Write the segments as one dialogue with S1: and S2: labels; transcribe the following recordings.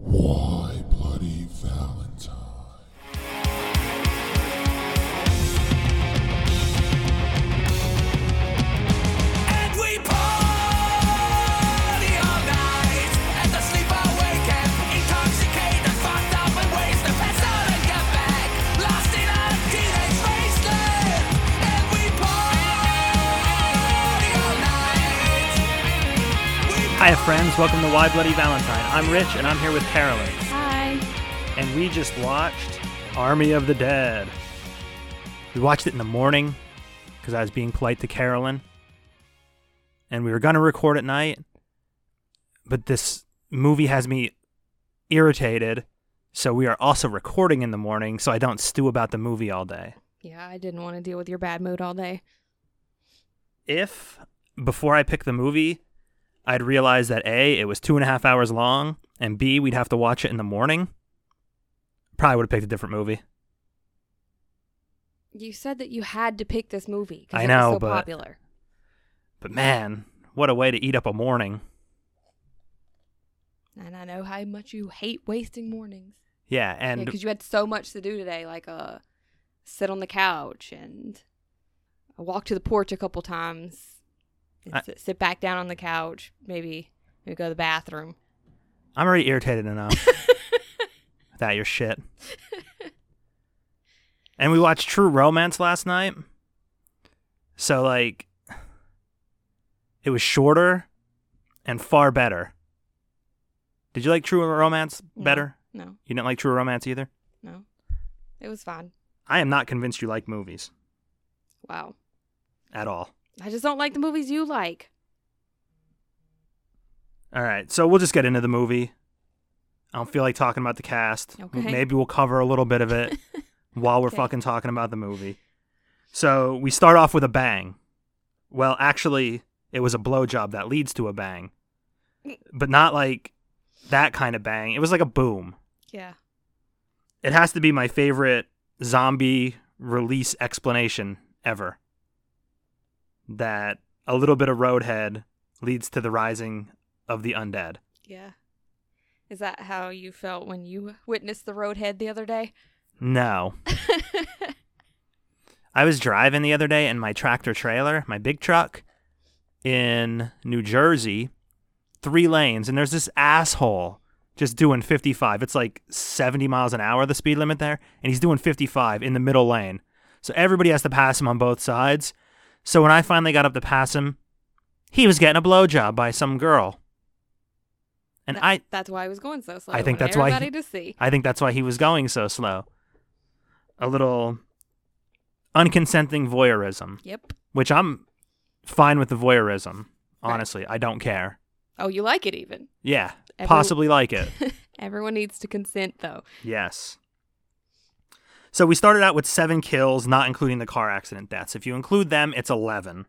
S1: Why Bloody Valentine?
S2: And we party all night, and the sleeper wake up, intoxicated, fucked up, and ways to pass out and get back, lost in a teenage wasteland. And we party all night.
S3: Hiya, friends. Welcome to Why Bloody Valentine. I'm Rich, and I'm here with Carolyn.
S4: Hi.
S3: And we just watched Army of the Dead. We watched it in the morning because I was being polite to Carolyn. And we were going to record at night. But this movie has me irritated. So we are also recording in the morning so I don't stew about the movie all day.
S4: Yeah, I didn't want to deal with your bad mood all day.
S3: if before I pick the movie, I'd realize that A, it was two and a half hours long, and B, we'd have to watch it in the morning, probably would have picked a different movie.
S4: You said that you had to pick this movie
S3: I
S4: because it
S3: know,
S4: was so
S3: but-
S4: popular.
S3: But man, what a way to eat up a morning.
S4: And I know how much you hate wasting mornings.
S3: Yeah, and
S4: Because you had so much to do today, like uh, sit on the couch and I walked to the porch a couple times. And
S3: I-
S4: sit, sit back down on the couch, maybe maybe go to the bathroom.
S3: I'm already irritated enough without your shit. and we watched True Romance last night. So like it was shorter and far better. Did you like True Romance
S4: No,
S3: better?
S4: No,
S3: You didn't like True Romance either?
S4: no. It was fine.
S3: I am not convinced you like movies
S4: Wow.
S3: at all.
S4: I just don't like the movies you like.
S3: All right, so we'll just get into the movie. I don't feel like talking about the cast. M-
S4: Okay.
S3: Maybe we'll cover a little bit of it while we're
S4: Okay.
S3: fucking talking about the movie. So we start off with a bang. Well, actually, it was a blowjob that leads to a bang, but not like that kind of bang. It was like a boom.
S4: Yeah.
S3: It has to be my favorite zombie release explanation ever. That a little bit of roadhead leads to the rising of the undead.
S4: Yeah. Is that how you felt when you witnessed the roadhead the other day?
S3: No. I was driving the other day in my tractor trailer, my big truck, in New Jersey, three lanes, and there's this asshole just doing 55. It's like 70 miles an hour, the speed limit there, and he's doing 55 in the middle lane. So everybody has to pass him on both sides. So when I finally got up to pass him, he was getting a blowjob by some girl. And
S4: That-
S3: I,
S4: That's why I was going so slow.
S3: I think
S4: I want
S3: that's why he-
S4: everybody to see.
S3: I think that's why he was going so slow. A little unconsenting voyeurism,
S4: Yep.
S3: which I'm fine with the voyeurism. Honestly, I don't care.
S4: Oh, you like it even.
S3: Yeah,
S4: Every-
S3: possibly like it.
S4: Everyone needs to consent though.
S3: yes. So we started out with seven kills, not including the car accident deaths. If you include them, it's eleven.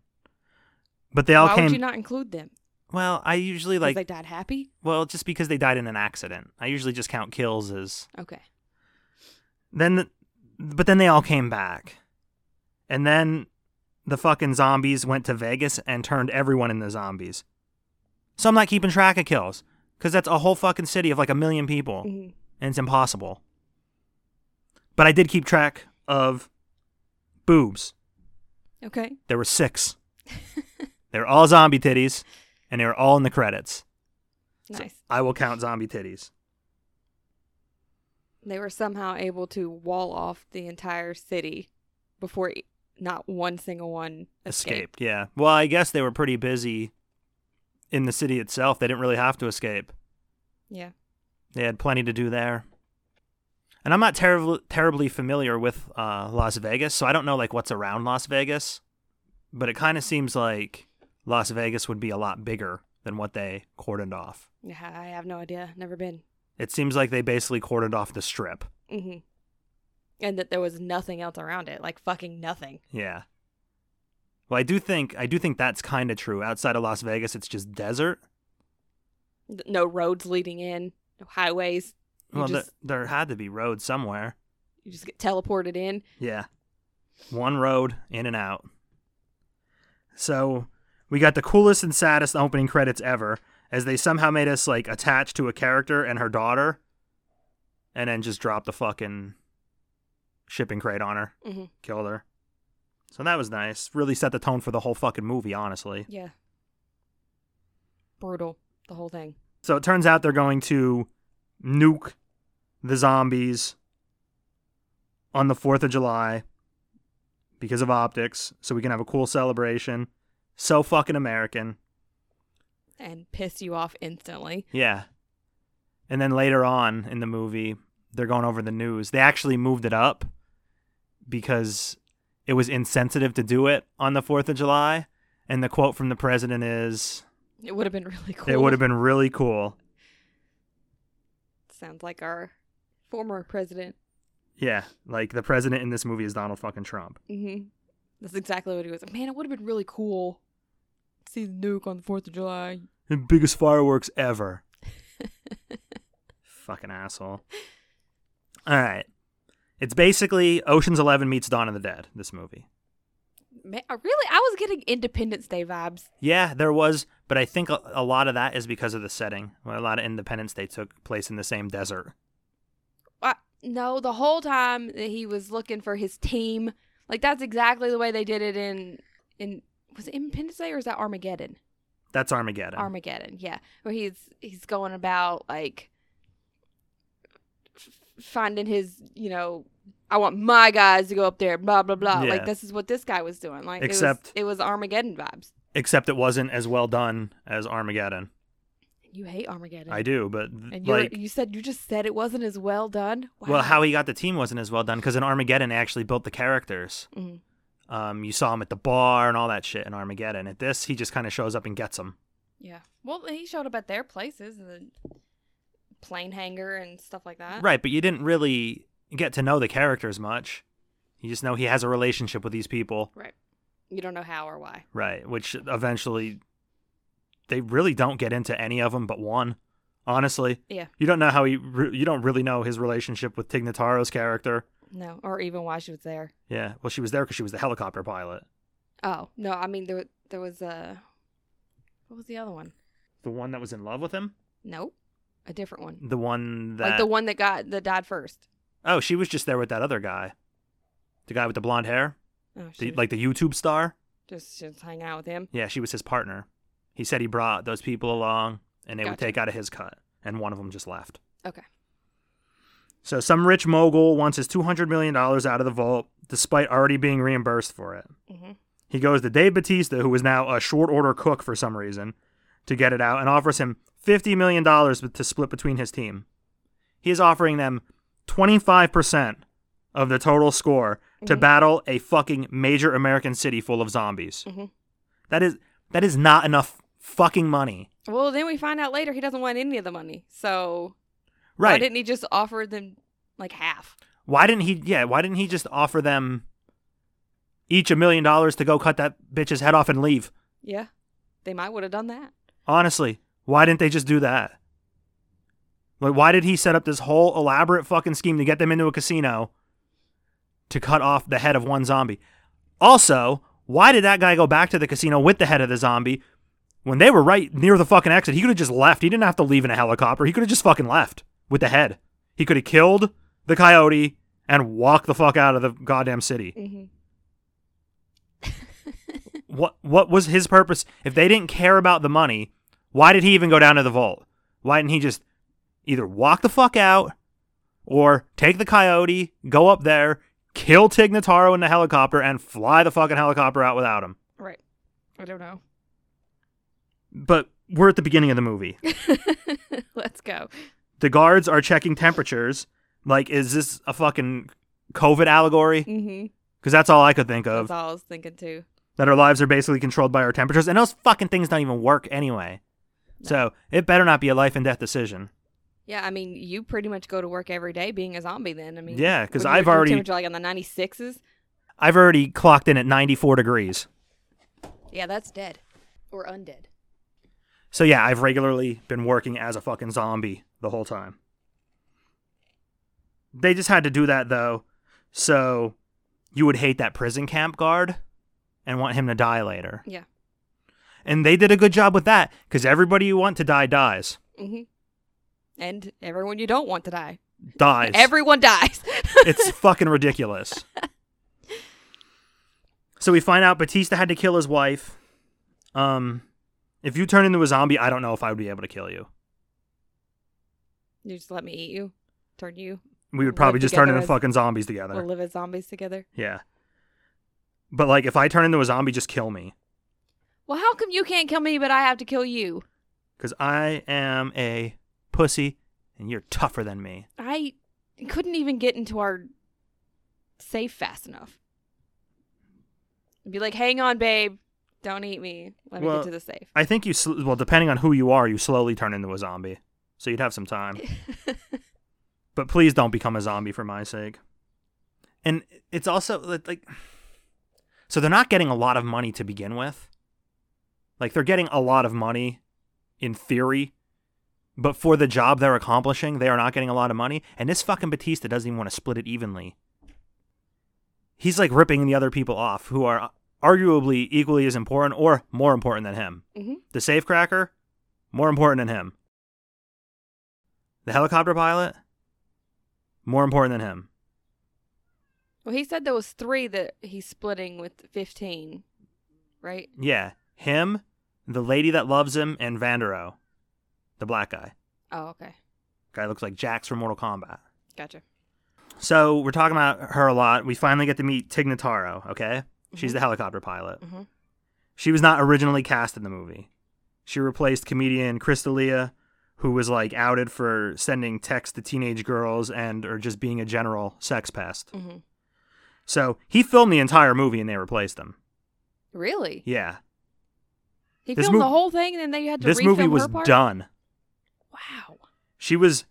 S3: But they all
S4: why
S3: came.
S4: would you not include them?
S3: well, I usually
S4: 'Cause
S3: like.
S4: they died happy.
S3: well, just because they died in an accident, I usually just count kills as
S4: Okay.
S3: then the, but then they all came back and then the fucking zombies went to vegas and turned everyone into zombies so i'm not keeping track of kills because that's a whole fucking city of like a million people
S4: Mhm.
S3: and it's impossible but i did keep track of boobs
S4: Okay.
S3: there were six they were all zombie titties and they were all in the credits
S4: Nice.
S3: i will count zombie titties
S4: They were somehow able to wall off the entire city before e- not one single one escaped.
S3: escaped. Yeah. Well, I guess they were pretty busy in the city itself. They didn't really have to escape.
S4: Yeah.
S3: They had plenty to do there. And I'm not terribly terribly familiar with uh, Las Vegas, so I don't know like what's around Las Vegas. But it kind of seems like Las Vegas would be a lot bigger than what they cordoned off.
S4: Yeah, I have no idea. Never been.
S3: It seems like they basically cordoned off the strip.
S4: hmm And that there was nothing else around it, like fucking nothing.
S3: Yeah. Well, I do think I do think that's kind of true. Outside of Las Vegas, it's just desert.
S4: Th- no roads leading in, no highways. You
S3: well,
S4: just
S3: there, there had to be roads somewhere.
S4: you just get teleported in.
S3: Yeah. One road in and out. So we got the coolest and saddest opening credits ever as they somehow made us like attached to a character and her daughter and then just dropped the fucking shipping crate on her,
S4: Mhm.
S3: killed her. So that was nice. Really set the tone for the whole fucking movie, honestly.
S4: Yeah. Brutal. The whole thing.
S3: So it turns out they're going to nuke the zombies on the 4th of July because of optics, so we can have a cool celebration. So fucking American.
S4: And piss you off instantly.
S3: Yeah. And then later on in the movie, they're going over the news. They actually moved it up because it was insensitive to do it on the 4th of July. And the quote from the president is
S4: It would have been really cool.
S3: It would have been really cool.
S4: Sounds like our former president.
S3: Yeah. Like the president in this movie is Donald fucking Trump.
S4: Mm-hmm. That's exactly what he was. Man, it would have been really cool to see the nuke on the 4th of July.
S3: The biggest fireworks ever. Fucking asshole. All right. It's basically Ocean's 11 meets Dawn of the Dead, this movie.
S4: Man, I really, I was getting Independence Day vibes.
S3: Yeah, there was, but I think a, a lot of that is because of the setting. Well, a lot of Independence Day took place in the same desert.
S4: I, no, the whole time that he was looking for his team, like that's exactly the way they did it in in was it Independence Day or is that Armageddon?
S3: That's Armageddon.
S4: Armageddon, yeah, where he's he's going about like f- finding his, you know, I want my guys to go up there, blah blah blah.
S3: Yeah.
S4: Like this is what this guy was doing. Like
S3: Except-
S4: it was, it was Armageddon vibes.
S3: Except it wasn't as well done as Armageddon.
S4: You hate Armageddon.
S3: I do, but
S4: And you
S3: like,
S4: you said you just said it wasn't as well done. Wow.
S3: well, how he got the team wasn't as well done because in Armageddon, they actually built the characters.
S4: Mhm.
S3: Um, you saw him at the bar and all that shit in Armageddon. At this, he just kind of shows up and gets them.
S4: Yeah. Well, he showed up at their places, the plane hangar and stuff like that.
S3: Right, but you didn't really get to know the characters much. You just know he has a relationship with these people.
S4: Right. You don't know how or why.
S3: Right, which eventually they really don't get into any of them but one. Honestly,
S4: Yeah.
S3: you don't know how he re- you don't really know his relationship with Tignataro's character.
S4: No. Or even why she was there.
S3: Yeah, well she was there cuz she was the helicopter pilot.
S4: Oh no! I mean, there there was a. What was the other one?
S3: The one that was in love with him?
S4: Nope. A different one.
S3: The one that
S4: Like the one that got that died first.
S3: Oh, she was just there with that other guy. The guy with the blonde hair?
S4: Oh, she
S3: The,
S4: was-
S3: like the YouTube star?
S4: just just hang out with him.
S3: Yeah, she was his partner. He said he brought those people along and they would
S4: Gotcha.
S3: take out of his cut, and one of them just left.
S4: Okay.
S3: So some rich mogul wants his $200 million out of the vault despite already being reimbursed for it.
S4: Mhm.
S3: He goes to Dave Batista, who is now a short order cook for some reason, to get it out and offers him $50 million to split between his team. He is offering them 25% of the total score to battle a fucking major American city full of zombies.
S4: Mhm.
S3: That is that is not enough fucking money.
S4: Well, then we find out later he doesn't want any of the money. So why
S3: Right.
S4: didn't he just offer them like half?
S3: Why didn't he? Yeah, why didn't he just offer them each a million dollars to go cut that bitch's head off and leave?
S4: Yeah, they might would have done that.
S3: Honestly, why didn't they just do that? Like, why did he set up this whole elaborate fucking scheme to get them into a casino to cut off the head of one zombie? Also, why did that guy go back to the casino with the head of the zombie when they were right near the fucking exit? He could have just left. He didn't have to leave in a helicopter. He could have just fucking left with the head. He could have killed the coyote and walked the fuck out of the goddamn city.
S4: hmm
S3: what what was his purpose if they didn't care about the money why did he even go down to the vault why didn't he just either walk the fuck out or take the coyote go up there kill tignataro in the helicopter and fly the fucking helicopter out without him
S4: Right. I don't know.
S3: but we're at the beginning of the movie
S4: Let's go.
S3: the guards are checking temperatures like is this a fucking covid allegory
S4: Mm-hmm.
S3: because that's all i could think of
S4: That's all I was thinking too.
S3: that our lives are basically controlled by our temperatures, and those fucking things don't even work anyway. So it better not be a life and death decision.
S4: Yeah, I mean, you pretty much go to work every day being a zombie. Then I mean,
S3: Yeah, 'cause
S4: what do
S3: I've
S4: you- your
S3: already-
S4: temperature, like on the ninety sixes.
S3: I've already clocked in at 94 degrees.
S4: Yeah, that's dead or undead.
S3: So yeah, I've regularly been working as a fucking zombie the whole time. They just had to do that though. So you would hate that prison camp guard and want him to die later.
S4: Yeah.
S3: And they did a good job with that because everybody you want to die dies.
S4: hmm And everyone you don't want to die.
S3: Dies.
S4: Everyone dies.
S3: it's fucking ridiculous. So we find out Batista had to kill his wife. Um, if you turn into a zombie, I don't know if I would be able to kill you.
S4: you just let me eat you, turn you.
S3: We would
S4: Live
S3: probably just turn
S4: together
S3: into
S4: as-
S3: fucking zombies together.
S4: We'll live as zombies together.
S3: yeah. But like, if I turn into a zombie, just kill me
S4: Well, how come you can't kill me, but I have to kill you?
S3: because I am a pussy and you're tougher than me.
S4: I couldn't even get into our safe fast enough. Be like, hang on, babe. Don't eat me. Let me
S3: Well-
S4: get to the safe.
S3: I think you sl- well, depending on who you are, you slowly turn into a zombie, so you'd have some time. but please don't become a zombie for my sake. And it's also like, like- so they're not getting a lot of money to begin with. Like they're getting a lot of money in theory, but for the job they're accomplishing, they are not getting a lot of money. And this fucking Batista doesn't even want to split it evenly. He's like ripping the other people off who are arguably equally as important or more important than him.
S4: Mhm.
S3: The safecracker, more important than him. The helicopter pilot, more important than him.
S4: Well, he said there was three that he's splitting with 15, right?
S3: Yeah, him, the lady that loves him, and Vandero, the black guy.
S4: Oh, okay.
S3: Guy looks like Jax from Mortal Kombat.
S4: Gotcha.
S3: So we're talking about her a lot. We finally get to meet Tignataro, okay? She's the helicopter pilot.
S4: Mhm.
S3: She was not originally cast in the movie. She replaced comedian Crystalia, who was like outed for sending texts to teenage girls and or just being a general sex pest.
S4: Mhm.
S3: So he filmed the entire movie and they replaced him.
S4: Really?
S3: Yeah.
S4: He
S3: This
S4: filmed the
S3: mov-
S4: whole thing and then they had to
S3: This
S4: refilm
S3: movie
S4: her
S3: was
S4: part?
S3: done.
S4: Wow.
S3: She was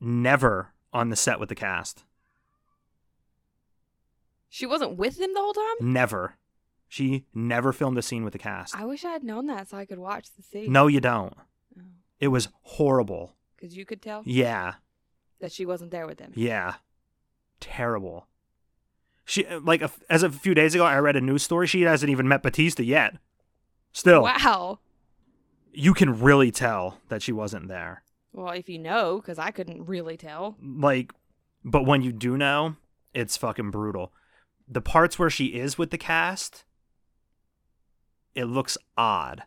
S3: never on the set with the cast.
S4: She wasn't with them the whole time?
S3: Never. She never filmed a scene with the cast.
S4: Um, I Oh. wish I had known that so I could watch the scene.
S3: No, you don't. It was horrible.
S4: Because you could tell
S3: Yeah.
S4: that she wasn't there with them.
S3: Yeah. Terrible. She like a, as of a few days ago I read a news story she hasn't even met Batista yet. Still,
S4: Wow.
S3: you can really tell that she wasn't there.
S4: Well, if you know, because I couldn't really tell.
S3: Like but when you do know, it's fucking brutal. The parts where she is with the cast it looks odd.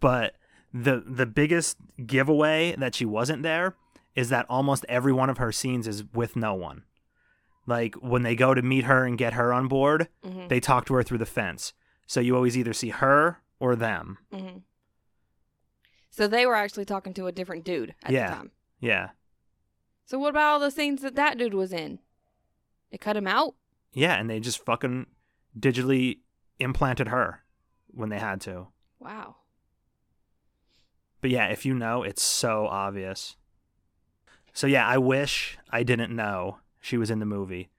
S3: But the the biggest giveaway that she wasn't there is that almost every one of her scenes is with no one. Like when they go to meet her and get her on board,
S4: Mhm.
S3: they talk to her through the fence. So you always either see her or them.
S4: Mhm. So they were actually talking to a different dude at
S3: Yeah.
S4: the time.
S3: Yeah.
S4: So what about all the scenes that that dude was in? They cut him out?
S3: Yeah, and they just fucking digitally implanted her when they had to.
S4: Wow.
S3: But yeah, if you know, it's so obvious. So yeah, I wish I didn't know she was in the movie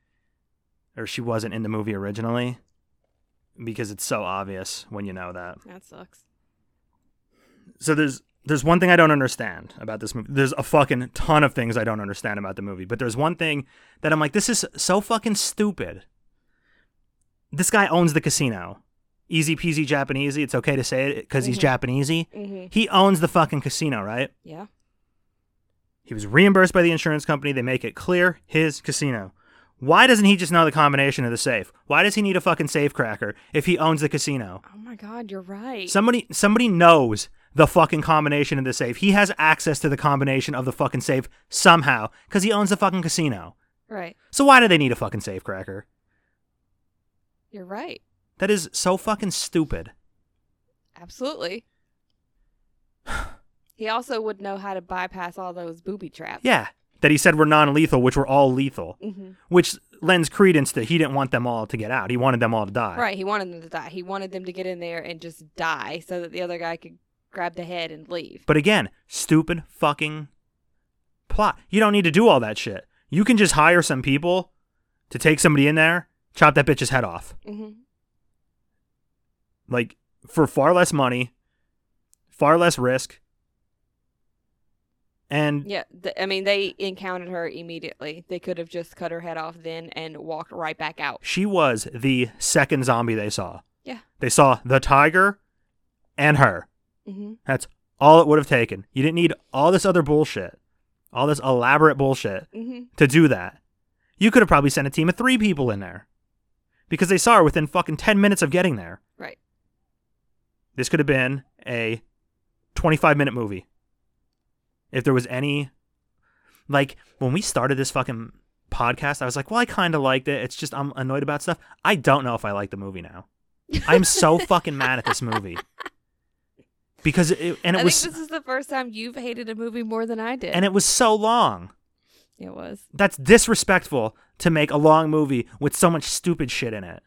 S3: or she wasn't in the movie originally because it's so obvious when you know that.
S4: That sucks.
S3: So there's there's one thing I don't understand about this movie. There's a fucking ton of things I don't understand about the movie, but there's one thing that I'm like this is so fucking stupid. This guy owns the casino. Easy peasy Japanesey. It's okay to say it cuz he's Japanesey.
S4: hmm
S3: He owns the fucking casino, right?
S4: Yeah.
S3: He was reimbursed by the insurance company. They make it clear his casino. Why doesn't he just know the combination of the safe? Why does he need a fucking safe cracker if he owns the casino?
S4: Oh my God, you're right.
S3: Somebody somebody knows the fucking combination of the safe. He has access to the combination of the fucking safe somehow cuz he owns the fucking casino.
S4: right.
S3: So why do they need a fucking safe cracker?
S4: You're right.
S3: That is so fucking stupid.
S4: Absolutely. he also would know how to bypass all those booby traps.
S3: Yeah, that he said were non-lethal, which were all lethal,
S4: hmm
S3: which lends credence to he didn't want them all to get out. He wanted them all to die.
S4: Right. He wanted them to die. He wanted them to get in there and just die so that the other guy could grab the head and leave.
S3: But again, stupid fucking plot. You don't need to do all that shit. You can just hire some people to take somebody in there, chop that bitch's head off.
S4: hmm
S3: Like, for far less money, far less risk, And
S4: Yeah, th- I mean, they encountered her immediately. They could have just cut her head off then and walked right back out.
S3: she was the second zombie they saw.
S4: Yeah.
S3: They saw the tiger and her.
S4: hmm
S3: That's all it would have taken. You didn't need all this other bullshit, all this elaborate bullshit
S4: hmm
S3: to do that. You could have probably sent a team of three people in there because they saw her within fucking 10 minutes of getting there.
S4: Right.
S3: This could have been a 25 minute movie. If there was any, like, when we started this fucking podcast, I was like, well, I kind of liked it. It's just I'm annoyed about stuff. I don't know if I like the movie now. I'm so fucking mad at this movie. Because it, and
S4: I
S3: it was
S4: think this is the first time you've hated a movie more than I did.
S3: and it was so long.
S4: it was.
S3: That's disrespectful to make a long movie with so much stupid shit in it.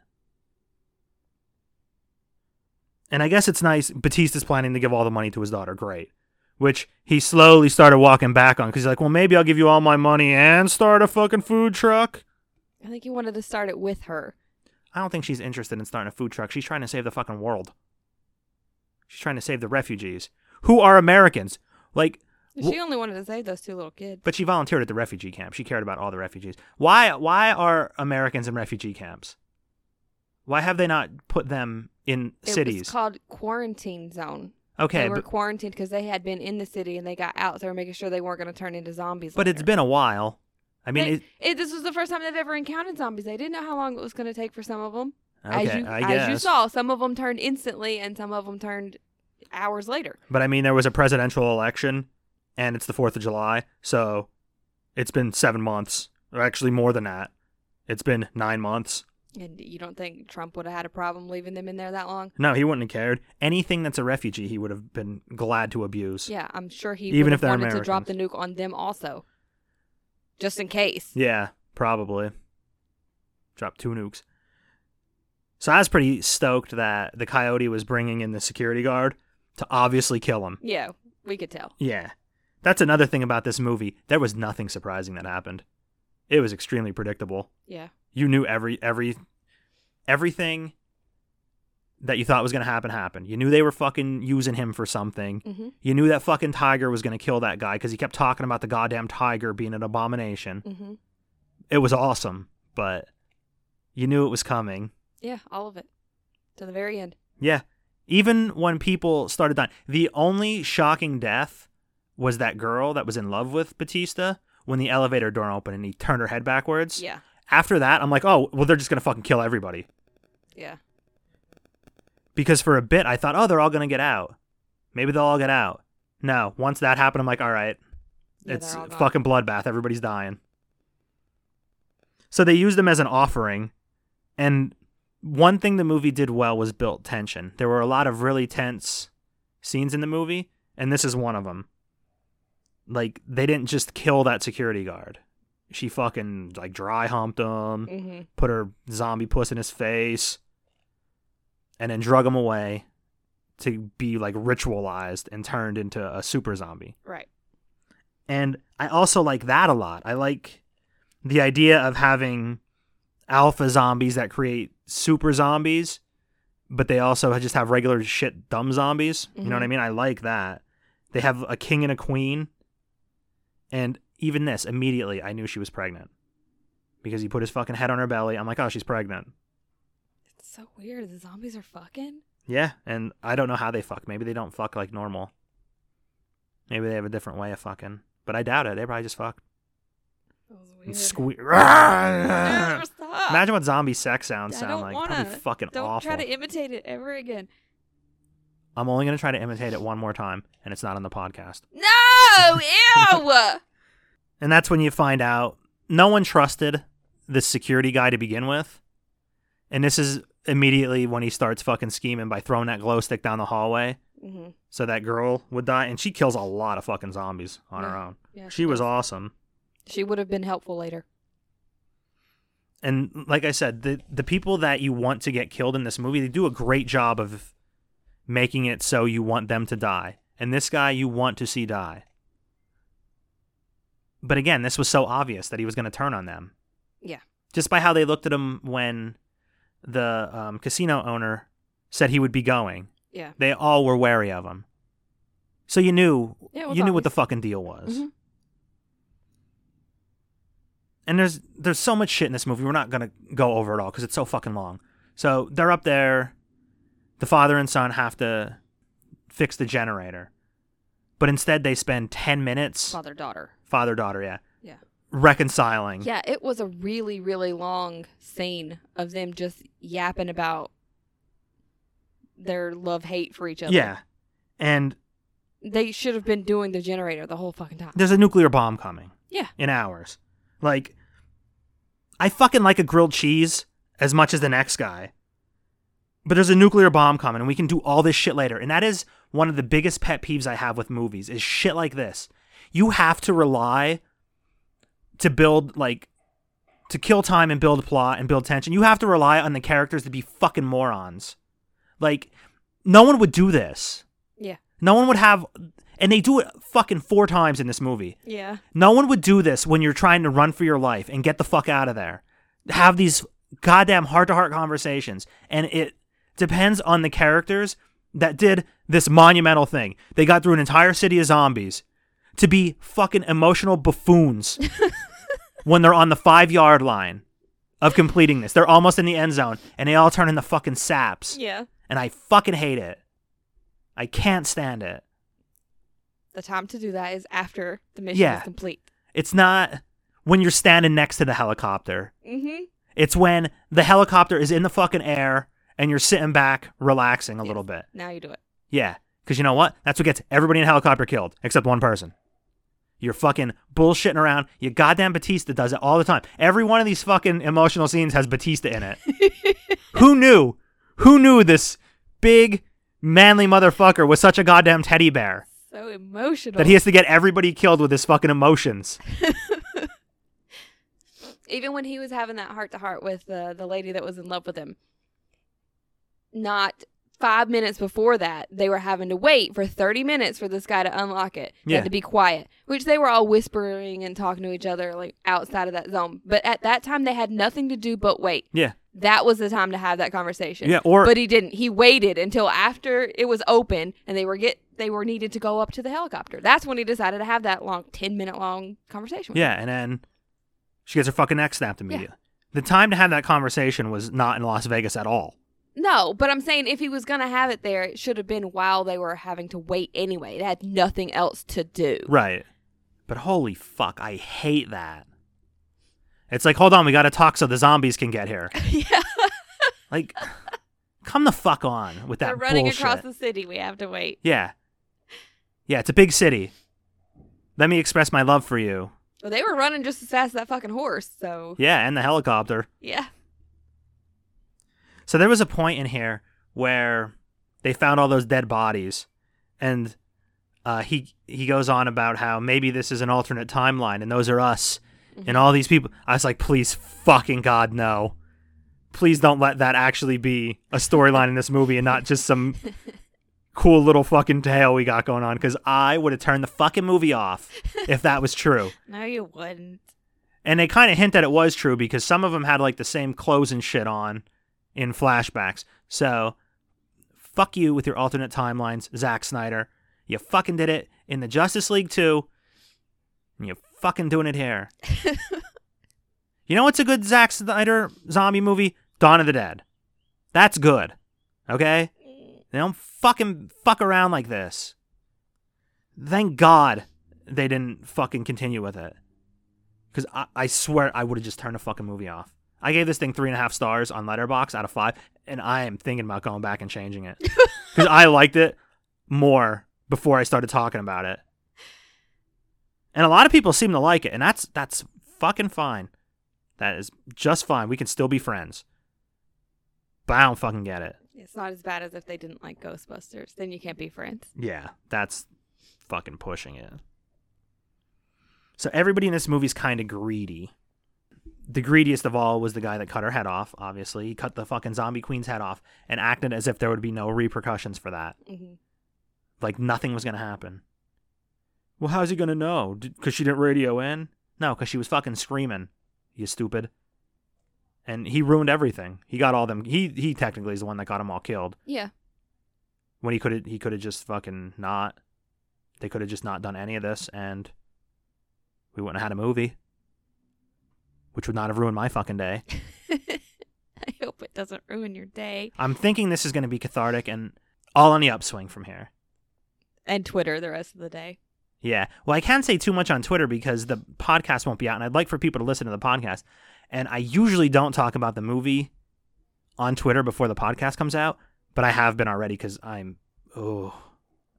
S3: And I guess it's nice Batista's planning to give all the money to his daughter. Great. Which he slowly started walking back on because he's like, well, maybe I'll give you all my money and start a fucking food truck.
S4: I think you wanted to start it with her.
S3: I don't think she's interested in starting a food truck. She's trying to save the fucking world. She's trying to save the refugees who are Americans. Like,
S4: She only wanted to save those two little kids.
S3: But she volunteered at the refugee camp. She cared about all the refugees. Why why are Americans in refugee camps? Why have they not put them in
S4: It was
S3: cities?
S4: called quarantine zone.
S3: okay,
S4: they were
S3: but,
S4: quarantined because they had been in the city and they got out. So they were making sure they weren't going to turn into zombies.
S3: but it's
S4: later.
S3: been a while. I mean,
S4: They-
S3: it,
S4: it- this was the first time they've ever encountered zombies. They didn't know how long it was going to take for some of them. as
S3: Okay,
S4: you,
S3: I
S4: As you
S3: guess.
S4: saw, some of them turned instantly and some of them turned hours later.
S3: but I mean there was a presidential election and it's the 4th of July, so it's been 7 months or actually more than that. It's been 9 months.
S4: And you don't think Trump would have had a problem leaving them in there that long?
S3: No, he wouldn't have cared. Anything that's a refugee he would have been glad to abuse.
S4: Yeah, I'm sure he
S3: Even
S4: would
S3: if
S4: have
S3: they're
S4: wanted to drop the nuke on them also, just in case.
S3: Yeah, probably. Drop two nukes. So I was pretty stoked that the coyote was bringing in the security guard to obviously kill him.
S4: Yeah, we could tell.
S3: Yeah. That's another thing about this movie. There was nothing surprising that happened. It was extremely predictable.
S4: Yeah,
S3: You knew every every everything that you thought was going to happen happened. You knew they were fucking using him for something.
S4: Mhm.
S3: You knew that fucking tiger was going to kill that guy cuz he kept talking about the goddamn tiger being an abomination
S4: hmm
S3: it was awesome, but you knew it was coming.
S4: yeah, all of it to the very end.
S3: Yeah. Even when people started dying, the only shocking death was that girl that was in love with Batista when the elevator door opened and he turned her head backwards.
S4: Yeah,
S3: After that, I'm like, oh, well, they're just going to fucking kill everybody.
S4: yeah.
S3: Because for a bit, I thought, oh, they're all going to get out. Maybe they'll all get out. No, once that happened, I'm like, all right,
S4: Yeah,
S3: it's
S4: they're all gone.
S3: fucking bloodbath. Everybody's dying. So they used them as an offering, and one thing the movie did well was built tension. There were a lot of really tense scenes in the movie, and this is one of them. Like they didn't just kill that security guard. She fucking like dry humped him,
S4: Mhm.
S3: put her zombie puss in his face, and then drug him away to be like ritualized and turned into a super zombie.
S4: Right.
S3: And I also like that a lot. I like the idea of having alpha zombies that create super zombies, but they also just have regular shit dumb zombies. You know what I mean? I like that. They have a king and a queen. And even this, immediately I knew she was pregnant. Because he put his fucking head on her belly. I'm like, oh, she's pregnant.
S4: It's so weird. The zombies are fucking.
S3: Yeah, and I don't know how they fuck. Maybe they don't fuck like normal. Maybe they have a different way of fucking. But I doubt it. They probably just fuck
S4: That was weird.
S3: and squeak.
S4: Never
S3: Imagine
S4: stop.
S3: what zombie sex sounds
S4: I
S3: sound
S4: don't
S3: like.
S4: wanna.
S3: Probably fucking
S4: Don't
S3: awful.
S4: try to imitate it ever again.
S3: I'm only gonna try to imitate it one more time, and it's not on the podcast.
S4: No, ew.
S3: And that's when you find out no one trusted this security guy to begin with. And this is immediately when he starts fucking scheming by throwing that glow stick down the hallway.
S4: hmm
S3: So that girl would die, and she kills a lot of fucking zombies on her
S4: Yeah.
S3: own.
S4: Yeah,
S3: she
S4: she
S3: was
S4: does.
S3: awesome.
S4: She would have been helpful later.
S3: and like I said, the the people that you want to get killed in this movie, they do a great job of making it so you want them to die. And this guy you want to see die. But again, this was so obvious that he was going to turn on them
S4: Yeah.
S3: just by how they looked at him when the um, casino owner said he would be going.
S4: Yeah.
S3: They all were wary of him. So you knew
S4: Yeah, it
S3: you
S4: was
S3: knew what
S4: obvious.
S3: the fucking deal was.
S4: Mhm.
S3: and there's there's so much shit in this movie. We're not gonna go over it all because it's so fucking long. So they're up there. The father and son have to fix the generator, but instead they spend ten minutes
S4: Father daughter.
S3: father daughter yeah
S4: Yeah.
S3: reconciling.
S4: Yeah, it was a really, really long scene of them just yapping about their love hate for each other.
S3: Yeah. and
S4: They should have been doing the generator the whole fucking time.
S3: there's a nuclear bomb coming.
S4: Yeah.
S3: in hours. Like, I fucking like a grilled cheese as much as the next guy. But there's a nuclear bomb coming, and we can do all this shit later. And that is one of the biggest pet peeves I have with movies is shit like this. You have to rely to build like to kill time and build plot and build tension. You have to rely on the characters to be fucking morons. Like, no one would do this.
S4: Yeah.
S3: No one would have, and they do it fucking four times in this movie.
S4: Yeah.
S3: No one would do this when you're trying to run for your life and get the fuck out of there. Have these goddamn heart to heart conversations. And it depends on the characters that did this monumental thing. They got through an entire city of zombies to be fucking emotional buffoons when they're on the five yard line of completing this. They're almost in the end zone and they all turn into fucking saps.
S4: Yeah.
S3: And I fucking hate it. I can't stand it.
S4: The time to do that is after the mission
S3: Yeah.
S4: is complete.
S3: It's not when you're standing next to the helicopter
S4: Mm-hmm.
S3: It's when the helicopter is in the fucking air and you're sitting back, relaxing a little bit.
S4: Now you do it.
S3: Yeah. Because you know what? That's what gets everybody in a helicopter killed, except one person. You're fucking bullshitting around. You goddamn Batista does it all the time. Every one of these fucking emotional scenes has Batista in it. Who knew? Who knew this big, manly motherfucker was such a goddamn teddy bear
S4: So emotional.
S3: that he has to get everybody killed with his fucking emotions?
S4: even when he was having that heart to heart with uh, the lady that was in love with him, not five minutes before that, they were having to wait for 30 minutes for this guy to unlock it. They
S3: Yeah.
S4: had to be quiet, which they were all whispering and talking to each other, like outside of that zone. But at that time, they had nothing to do but wait.
S3: Yeah.
S4: That was the time to have that conversation.
S3: Yeah, or-
S4: but he didn't. He waited until after it was open and they were get they were needed to go up to the helicopter. That's when he decided to have that long ten minute long conversation. with
S3: Yeah, and then she gets her fucking neck snapped immediately. The time to have that conversation was not in Las Vegas at all.
S4: No, but I'm saying if he was gonna have it there, it should have been while they were having to wait anyway. They had nothing else to do.
S3: Right. But holy fuck, I hate that. It's like, hold on, we gotta talk so the zombies can get here.
S4: yeah,
S3: Like, come the fuck on with that
S4: they're running
S3: bullshit.
S4: across the city. We have to wait.
S3: yeah. Yeah, it's a big city. Let me express my love for you.
S4: Well, they were running just as fast as that fucking horse. So
S3: Yeah, and the helicopter.
S4: yeah,
S3: So there was a point in here where they found all those dead bodies, and uh, he he goes on about how maybe this is an alternate timeline, and those are us, and all these people. I was like, please, fucking god, no! Please don't let that actually be a storyline in this movie, and not just some cool little fucking tale we got going on. Because I would have turned the fucking movie off if that was true.
S4: no, you wouldn't.
S3: And they kind of hint that it was true because some of them had like the same clothes and shit on in flashbacks. So fuck you with your alternate timelines, Zack Snyder. You fucking did it in the Justice League too, and you're fucking doing it here. you know what's a good Zack Snyder zombie movie? Dawn of the Dead. That's good. Okay? They don't fucking fuck around like this. Thank God they didn't fucking continue with it. Because I, I swear I would have just turned the fucking movie off. I gave this thing three and a half stars on Letterbox out of five, and I am thinking about going back and changing it because I liked it more before I started talking about it. And a lot of people seem to like it, and that's that's fucking fine. That is just fine. We can still be friends. But I don't fucking get it.
S4: It's not as bad as if they didn't like Ghostbusters. Then you can't be friends.
S3: Yeah, that's fucking pushing it. So everybody in this movie's kind of greedy. The greediest of all was the guy that cut her head off, obviously. He cut the fucking zombie queen's head off and acted as if there would be no repercussions for that.
S4: hmm
S3: Like nothing was going to happen. Well, how's he going to know? Because she didn't radio in? No, because she was fucking screaming, you stupid. And he ruined everything. He got all them. He he technically is the one that got them all killed
S4: Yeah,
S3: when he could have he could have just fucking not they could have just not done any of this and we wouldn't have had a movie which would not have ruined my fucking day.
S4: I hope it doesn't ruin your day.
S3: I'm thinking this is going to be cathartic and all on the upswing from here.
S4: And Twitter the rest of the day.
S3: Yeah. Well, I can't say too much on Twitter because the podcast won't be out, and I'd like for people to listen to the podcast. And I usually don't talk about the movie on Twitter before the podcast comes out, but I have been already because I'm, oh,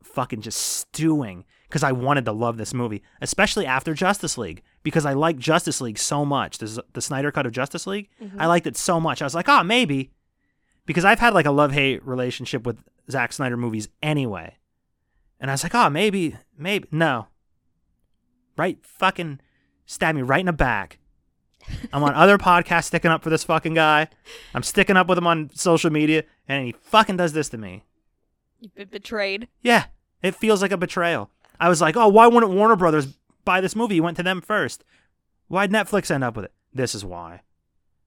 S3: fucking just stewing because I wanted to love this movie, especially after Justice League because I like Justice League so much. This is the Snyder cut of Justice League. I liked it so much. I was like, oh, maybe because I've had like a love hate relationship with Zack Snyder movies anyway. And I was like, oh, maybe, maybe. No. Right fucking stab me right in the back. I'm on other podcasts sticking up for this fucking guy. I'm sticking up with him on social media, and he fucking does this to me.
S4: You've been betrayed.
S3: Yeah, it feels like a betrayal. I was like, oh, why wouldn't Warner Brothers buy this movie? You went to them first. Why'd Netflix end up with it? This is why.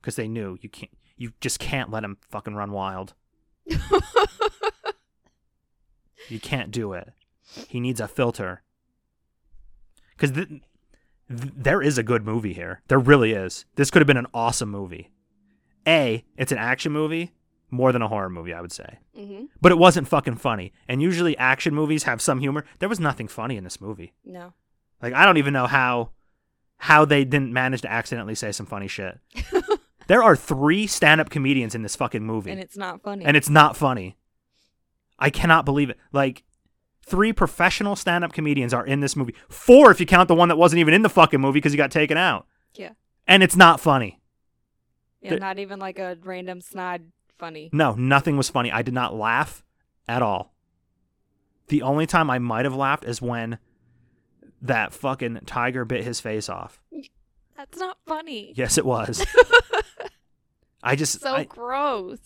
S3: Because they knew you can't, you just can't let him fucking run wild. you can't do it. He needs a filter. Because th- th- there is a good movie here. There really is. This could have been an awesome movie. A, it's an action movie more than a horror movie, I would say
S4: Mm-hmm.
S3: but it wasn't fucking funny. And usually action movies have some humor. There was nothing funny in this movie.
S4: No.
S3: Like I don't even know how how they didn't manage to accidentally say some funny shit. there are 3 stand-up comedians in this fucking movie
S4: And it's not funny.
S3: and it's not funny. I cannot believe it. Like three professional stand-up comedians are in this movie. Four if you count the one that wasn't even in the fucking movie cuz he got taken out.
S4: yeah.
S3: And it's not funny.
S4: Yeah,
S3: There-
S4: not even like a random snide funny.
S3: No, nothing was funny. I did not laugh at all. The only time I might have laughed is when that fucking tiger bit his face off.
S4: That's not funny.
S3: Yes, it was. I just
S4: So
S3: I-
S4: gross.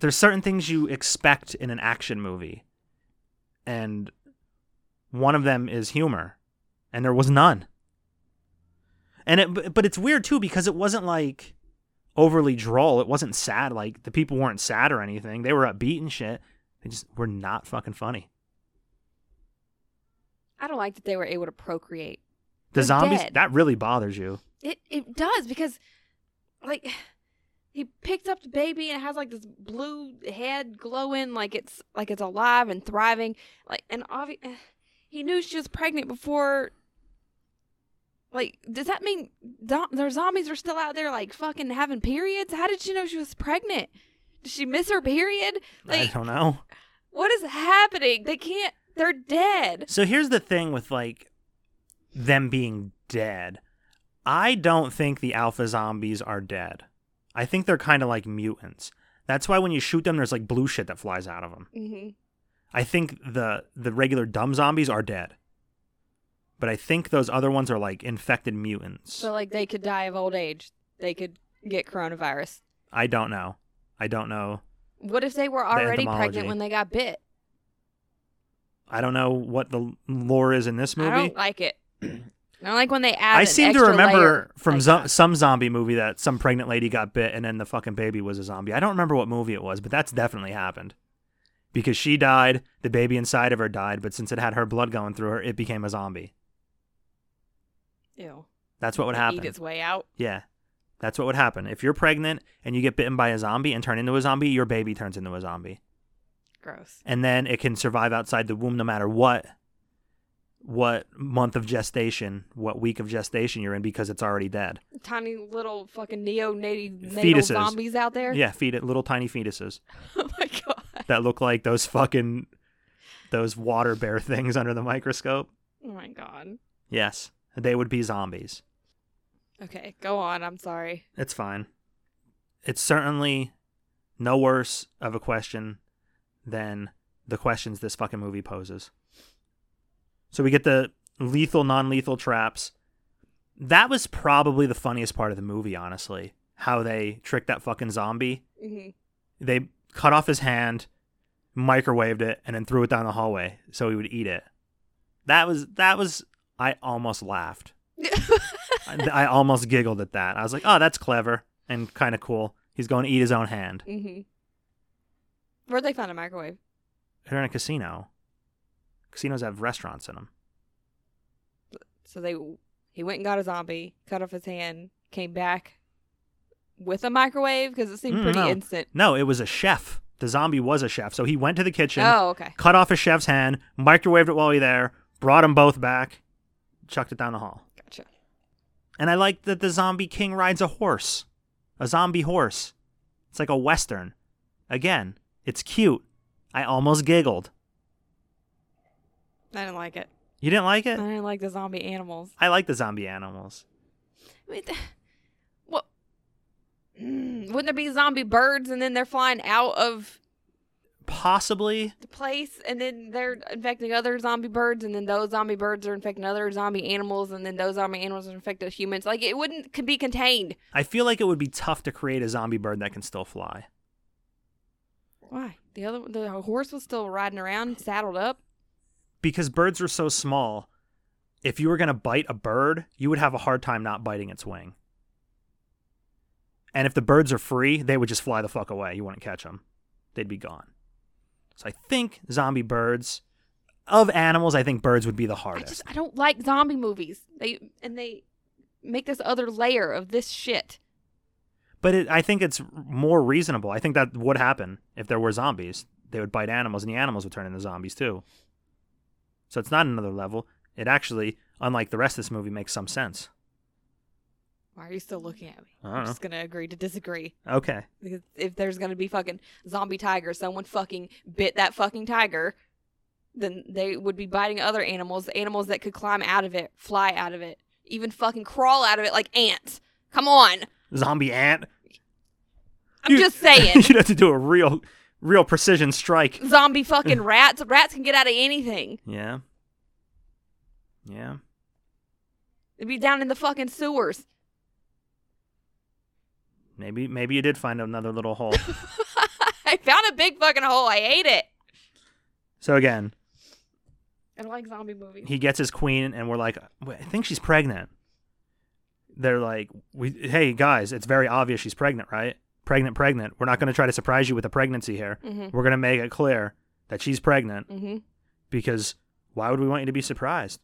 S3: there's certain things you expect in an action movie, and one of them is humor, and there was none. And it, but- but it's weird too because it wasn't like overly droll. It wasn't sad. Like the people weren't sad or anything. They were upbeat and shit. They just were not fucking funny.
S4: I don't like that they were able to procreate.
S3: The
S4: They're
S3: zombies
S4: dead.
S3: that really bothers you.
S4: It it does because like he picked up the baby and it has like this blue head glowing like it's like it's alive and thriving. Like and obvi- he knew she was pregnant before like does that mean zo- their zombies are still out there like fucking having periods? How did she know she was pregnant? Did she miss her period? Like
S3: I don't know.
S4: What is happening? They can't. They're dead.
S3: So here's the thing with like them being dead. I don't think the alpha zombies are dead. I think they're kind of like mutants. That's why when you shoot them, there's like blue shit that flies out of them.
S4: Mm-hmm.
S3: I think the the regular dumb zombies are dead, but I think those other ones are like infected mutants.
S4: So like they could die of old age. They could get coronavirus.
S3: I don't know. I don't know.
S4: What if they were already pregnant
S3: entomology.
S4: when they got bit?
S3: I don't know what the lore is in this movie.
S4: I don't like it. I don't like when they add.
S3: I
S4: an
S3: seem to
S4: extra
S3: remember
S4: layer
S3: from
S4: like
S3: zo-
S4: that.
S3: some zombie movie that some pregnant lady got bit and then the fucking baby was a zombie. I don't remember what movie it was, but that's definitely happened. Because she died, the baby inside of her died, but since it had her blood going through her, it became a zombie.
S4: Ew.
S3: That's what would
S4: Like, Eat
S3: happen.
S4: its way out.
S3: Yeah. That's what would happen. If you're pregnant and you get bitten by a zombie and turn into a zombie, your baby turns into a zombie.
S4: Gross.
S3: And then it can survive outside the womb no matter what what month of gestation, what week of gestation you're in because it's already dead.
S4: Tiny little fucking neonatal natal
S3: Fetuses.
S4: zombies out there.
S3: Yeah, feed it little tiny fetuses.
S4: Oh my god.
S3: that look like those fucking those water bear things under the microscope.
S4: Oh my god.
S3: Yes, they would be zombies.
S4: Okay, go on. I'm sorry.
S3: It's fine. It's certainly no worse of a question than the questions this fucking movie poses. So we get the lethal, non lethal traps. That was probably the funniest part of the movie, honestly. How they tricked that fucking zombie.
S4: hmm
S3: They cut off his hand, microwaved it, and then threw it down the hallway so he would eat it. That was, that was, I almost laughed. I, I almost giggled at that. I was like, oh, that's clever and kind of cool. He's going to eat his own hand.
S4: hmm Where'd they find a microwave?
S3: They're in a casino. Casinos have restaurants in them.
S4: So they he went and got a zombie, cut off his hand, came back with a microwave because it seemed
S3: Mm,
S4: pretty
S3: no.
S4: instant.
S3: No, it was a chef. The zombie was a chef. So he went to the kitchen,
S4: Oh, okay.
S3: cut off his chef's hand, microwaved it while he there, brought them both back, chucked it down the hall.
S4: Gotcha.
S3: And I like that the zombie king rides a horse, a zombie horse. It's like a western. Again, it's cute. I almost giggled.
S4: I didn't like it.
S3: You didn't like
S4: I
S3: it?
S4: didn't like the zombie animals.
S3: I like the zombie animals.
S4: I mean, th- what? Mm, Wouldn't there be zombie birds and then they're flying out of
S3: Possibly.
S4: the place and then they're infecting other zombie birds and then those zombie birds are infecting other zombie animals and then those zombie animals are infecting humans? Like it wouldn't could be contained.
S3: I feel like it would be tough to create a zombie bird that can still fly.
S4: Why? The other the horse was still riding around, saddled up.
S3: Because birds are so small, if you were going to bite a bird, you would have a hard time not biting its wing. And if the birds are free, they would just fly the fuck away. You wouldn't catch them, they'd be gone. So I think zombie birds, of animals, I think birds would be the
S4: I
S3: hardest.
S4: just I don't like zombie movies. They and they make this other layer of this shit.
S3: But it, I think it's more reasonable. I think that would happen if there were zombies. They would bite animals, and the animals would turn into zombies too. So it's not another level. It actually, unlike the rest of this movie, makes some sense.
S4: Why are you still looking at me?
S3: I
S4: I'm
S3: don't know.
S4: just gonna agree to disagree.
S3: Okay.
S4: Because if there's gonna be fucking zombie tigers, someone fucking bit that fucking tiger, then they would be biting other animals, animals that could climb out of it, fly out of it, even fucking crawl out of it like ants. Come on.
S3: Zombie ant.
S4: I'm
S3: You-
S4: just saying.
S3: You'd have to do a real, real precision strike.
S4: zombie fucking rats. Rats can get out of anything.
S3: Yeah. Yeah.
S4: It'd be down in the fucking sewers.
S3: Maybe, maybe you did find another little hole.
S4: I found a big fucking hole. I hate it.
S3: so again,
S4: I don't like zombie movies.
S3: he gets his queen and we're like "Wait, i think she's pregnant they're like we hey guys it's very obvious she's pregnant right pregnant pregnant we're not going to try to surprise you with a pregnancy here
S4: Mhm.
S3: we're going to make it clear that she's pregnant
S4: Mm-hmm.
S3: because why would we want you to be surprised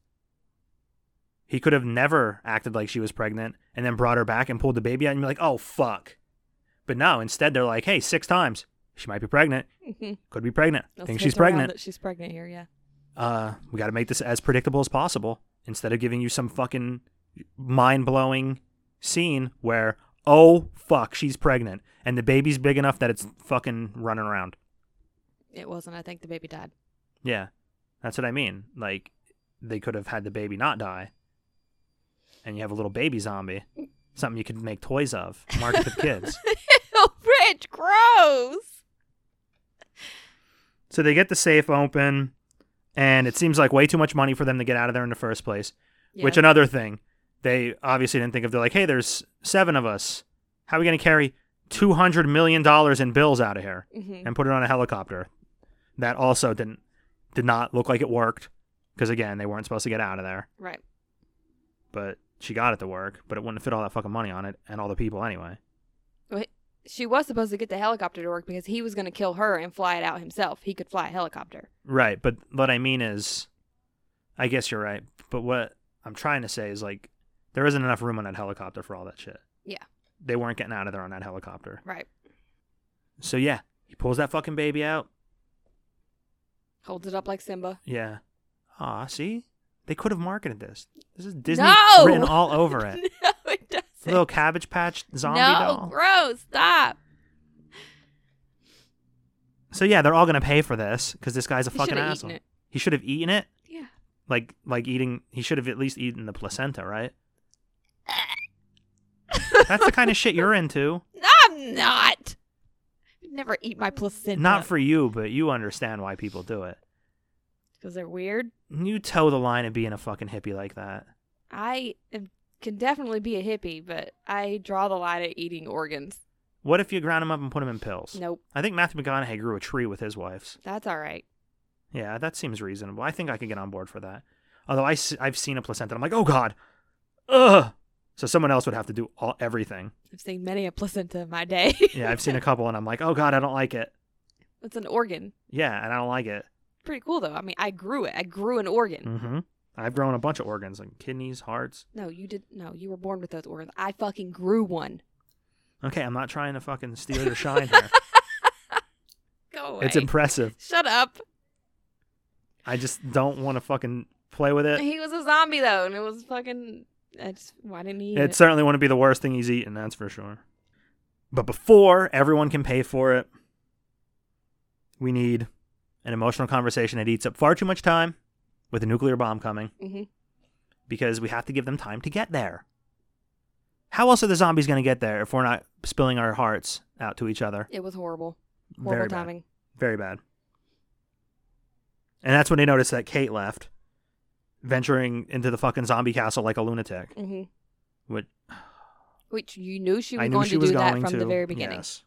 S3: he could have never acted like she was pregnant and then brought her back and pulled the baby out and be like oh fuck but no instead they're like hey six times she might be pregnant
S4: Mhm.
S3: could be pregnant
S4: Let's
S3: think
S4: hint
S3: she's
S4: around
S3: pregnant
S4: That she's pregnant here, yeah.
S3: uh, we got to make this as predictable as possible instead of giving you some fucking mind blowing scene where, oh, fuck, she's pregnant and the baby's big enough that it's fucking running around.
S4: It wasn't. I think the baby died.
S3: Yeah. That's what I mean. Like, they could have had the baby not die and you have a little baby zombie, something you could make toys of, market to kids.
S4: Rich, Oh, gross.
S3: So they get the safe open and it seems like way too much money for them to get out of there in the first place. Which another thing, they obviously didn't think of. They're like, hey, there's seven of us. How are we going to carry two hundred million dollars in bills out of here
S4: Mhm.
S3: and put it on a helicopter? That also didn't did not look like it worked because again, they weren't supposed to get out of there.
S4: Right.
S3: But she got it to work, but it wouldn't fit all that fucking money on it and all the people anyway.
S4: Wait, She was supposed to get the helicopter to work because he was going to kill her and fly it out himself. He could fly a helicopter.
S3: Right, but what I mean is, I guess you're right. But what I'm trying to say is like, there isn't enough room on that helicopter for all that shit.
S4: Yeah.
S3: They weren't getting out of there on that helicopter.
S4: Right.
S3: So yeah, he pulls that fucking baby out.
S4: Holds it up like Simba.
S3: Yeah. Ah, see? They could have marketed this. This is Disney
S4: No!
S3: written all over it.
S4: no, it doesn't.
S3: Little cabbage patch zombie
S4: no,
S3: doll.
S4: gross. Stop.
S3: So yeah, they're all gonna pay for this because this guy's a
S4: He
S3: fucking
S4: should've eaten
S3: asshole.
S4: it.
S3: He should have eaten it.
S4: Yeah.
S3: Like like eating he should have at least eaten the placenta, right? That's the kind of shit you're into.
S4: No, I'm not. I'd never eat my placenta.
S3: Not for you, but you understand why people do it.
S4: Because they're weird.
S3: You toe the line of being a fucking hippie like that.
S4: I am, can definitely be a hippie, but I draw the line at eating organs.
S3: What if you ground him up and put him in pills?
S4: Nope,
S3: I think Matthew McConaughey grew a tree with his wife's.
S4: that's all right.
S3: Yeah, that seems reasonable. I think I can get on board for that. Although I have seen a placenta, I'm like, oh god, ugh. So someone else would have to do all everything.
S4: I've seen many a placenta in my day.
S3: Yeah, I've seen a couple, and I'm like, oh god, I don't like it.
S4: it's an organ.
S3: Yeah, and I don't like it.
S4: Pretty cool though. I mean, I grew it. I grew an organ.
S3: Mm-hmm. I've grown a bunch of organs, like kidneys, hearts.
S4: No, you did. No, you were born with those organs. I fucking grew one.
S3: Okay, I'm not trying to fucking steal your shine here.
S4: Go away.
S3: it's impressive.
S4: Shut up.
S3: I just don't want to fucking play with it.
S4: He was a zombie though, and it was fucking. I just, why didn't he? eat
S3: It certainly wouldn't be the worst thing he's eaten, that's for sure. But before everyone can pay for it, we need an emotional conversation that eats up far too much time with a nuclear bomb coming
S4: it? Mhm.
S3: because we have to give them time to get there. How else are the zombies going to get there if we're not spilling our hearts out to each other?
S4: It was horrible. Horrible
S3: Very bad.
S4: timing.
S3: Very bad. And that's when they noticed that Kate left, venturing into the fucking zombie castle like a lunatic.
S4: hmm
S3: Which
S4: Which you knew she was
S3: I knew
S4: going
S3: she
S4: to
S3: was
S4: do that
S3: going
S4: from
S3: to.
S4: the very beginning.
S3: Yes.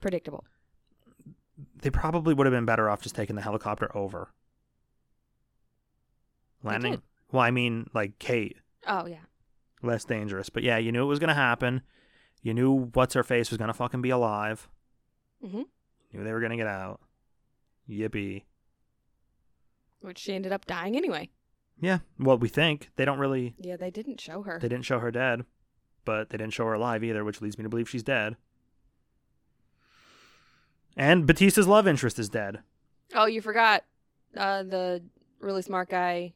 S4: Predictable.
S3: they probably would have been better off just taking the helicopter over.
S4: They
S3: Landing.
S4: did.
S3: Well, I mean, like Kate,
S4: Oh yeah.
S3: less dangerous. But yeah, you knew it was gonna happen. You knew what's her face was gonna fucking be alive.
S4: hmm
S3: You knew they were gonna get out. Yippee.
S4: Which she ended up dying anyway.
S3: Yeah. Well, we think they don't really.
S4: Yeah, they didn't show her.
S3: They didn't show her dead, but they didn't show her alive either, which leads me to believe she's dead. And Batista's love interest is dead.
S4: Oh, you forgot. Uh, the really smart guy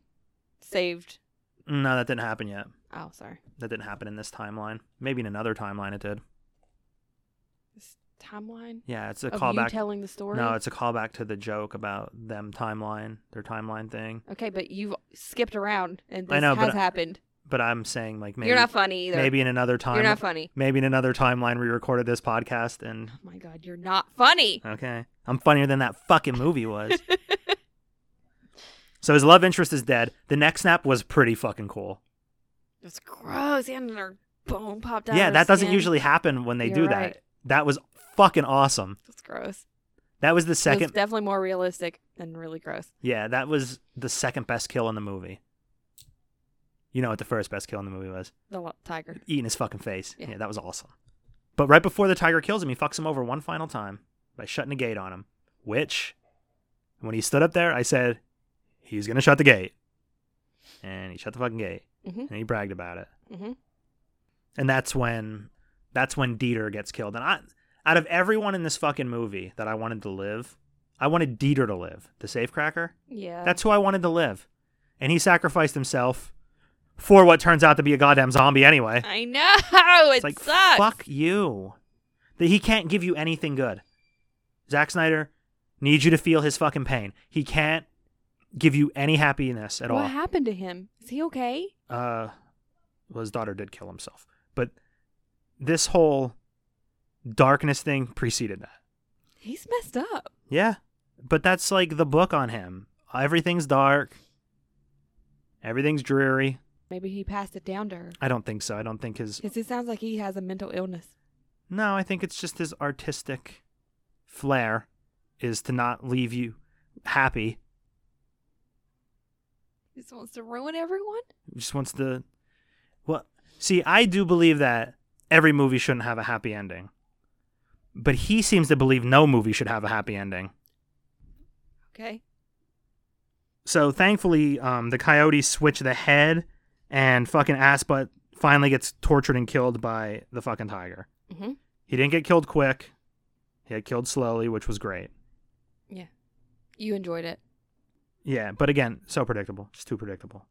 S4: saved.
S3: No, that didn't happen yet.
S4: Oh, sorry.
S3: That didn't happen in this timeline. Maybe in another timeline it did.
S4: This timeline
S3: Yeah, it's a
S4: of Oh, you
S3: callback.
S4: telling the story.
S3: no, it's a callback to the joke about them timeline, their timeline thing.
S4: okay, but you've skipped around, and this
S3: I know, but
S4: has
S3: I-
S4: happened.
S3: But I'm saying like maybe
S4: You're not funny either.
S3: maybe in another time
S4: You're not funny.
S3: maybe in another timeline we recorded this podcast and
S4: Oh my god, you're not funny.
S3: okay, I'm funnier than that fucking movie was. so his love interest is dead. The neck snap was pretty fucking cool.
S4: That's gross. And her bone popped out.
S3: yeah,
S4: of her
S3: that doesn't
S4: skin.
S3: usually happen when they
S4: You're
S3: do that.
S4: right.
S3: That was fucking awesome.
S4: That's gross.
S3: That was the
S4: It was
S3: second
S4: definitely more realistic and really gross.
S3: Yeah, that was the second best kill in the movie. You know what the first best kill in the movie was?
S4: The lo- tiger.
S3: Eating his fucking face. Yeah.
S4: Yeah.
S3: that was awesome. But right before the tiger kills him, he fucks him over one final time by shutting a gate on him. Which, when he stood up there, I said, he's going to shut the gate. And he shut the fucking gate.
S4: Mhm.
S3: And he bragged about it.
S4: Mhm.
S3: And that's when that's when Dieter gets killed. And I out of everyone in this fucking movie that I wanted to live, I wanted Dieter to live. The safecracker?
S4: Yeah.
S3: That's who I wanted to live. And he sacrificed himself for what turns out to be a goddamn zombie anyway.
S4: I know. It
S3: It's like,
S4: sucks.
S3: fuck you. That he can't give you anything good. Zack Snyder needs you to feel his fucking pain. He can't give you any happiness at
S4: what
S3: all.
S4: happened to him? Is he okay?
S3: uh well his daughter did kill himself. But this whole darkness thing preceded that.
S4: He's messed up.
S3: Yeah. But that's like the book on him. Everything's dark. Everything's dreary.
S4: Maybe he passed it down to her.
S3: I don't think so. I don't think his.
S4: Because it sounds like he has a mental illness.
S3: No, I think it's just his artistic flair is to not leave you happy.
S4: He just wants to ruin everyone.
S3: He just wants to. Well, see, I do believe that every movie shouldn't have a happy ending. But he seems to believe no movie should have a happy ending.
S4: Okay.
S3: So thankfully, um, the coyotes switch the head, and fucking ass butt finally gets tortured and killed by the fucking tiger.
S4: Mm-hmm.
S3: He didn't get killed quick. He got killed slowly, which was great.
S4: Yeah. You enjoyed it.
S3: Yeah, but again, so predictable. Just too predictable.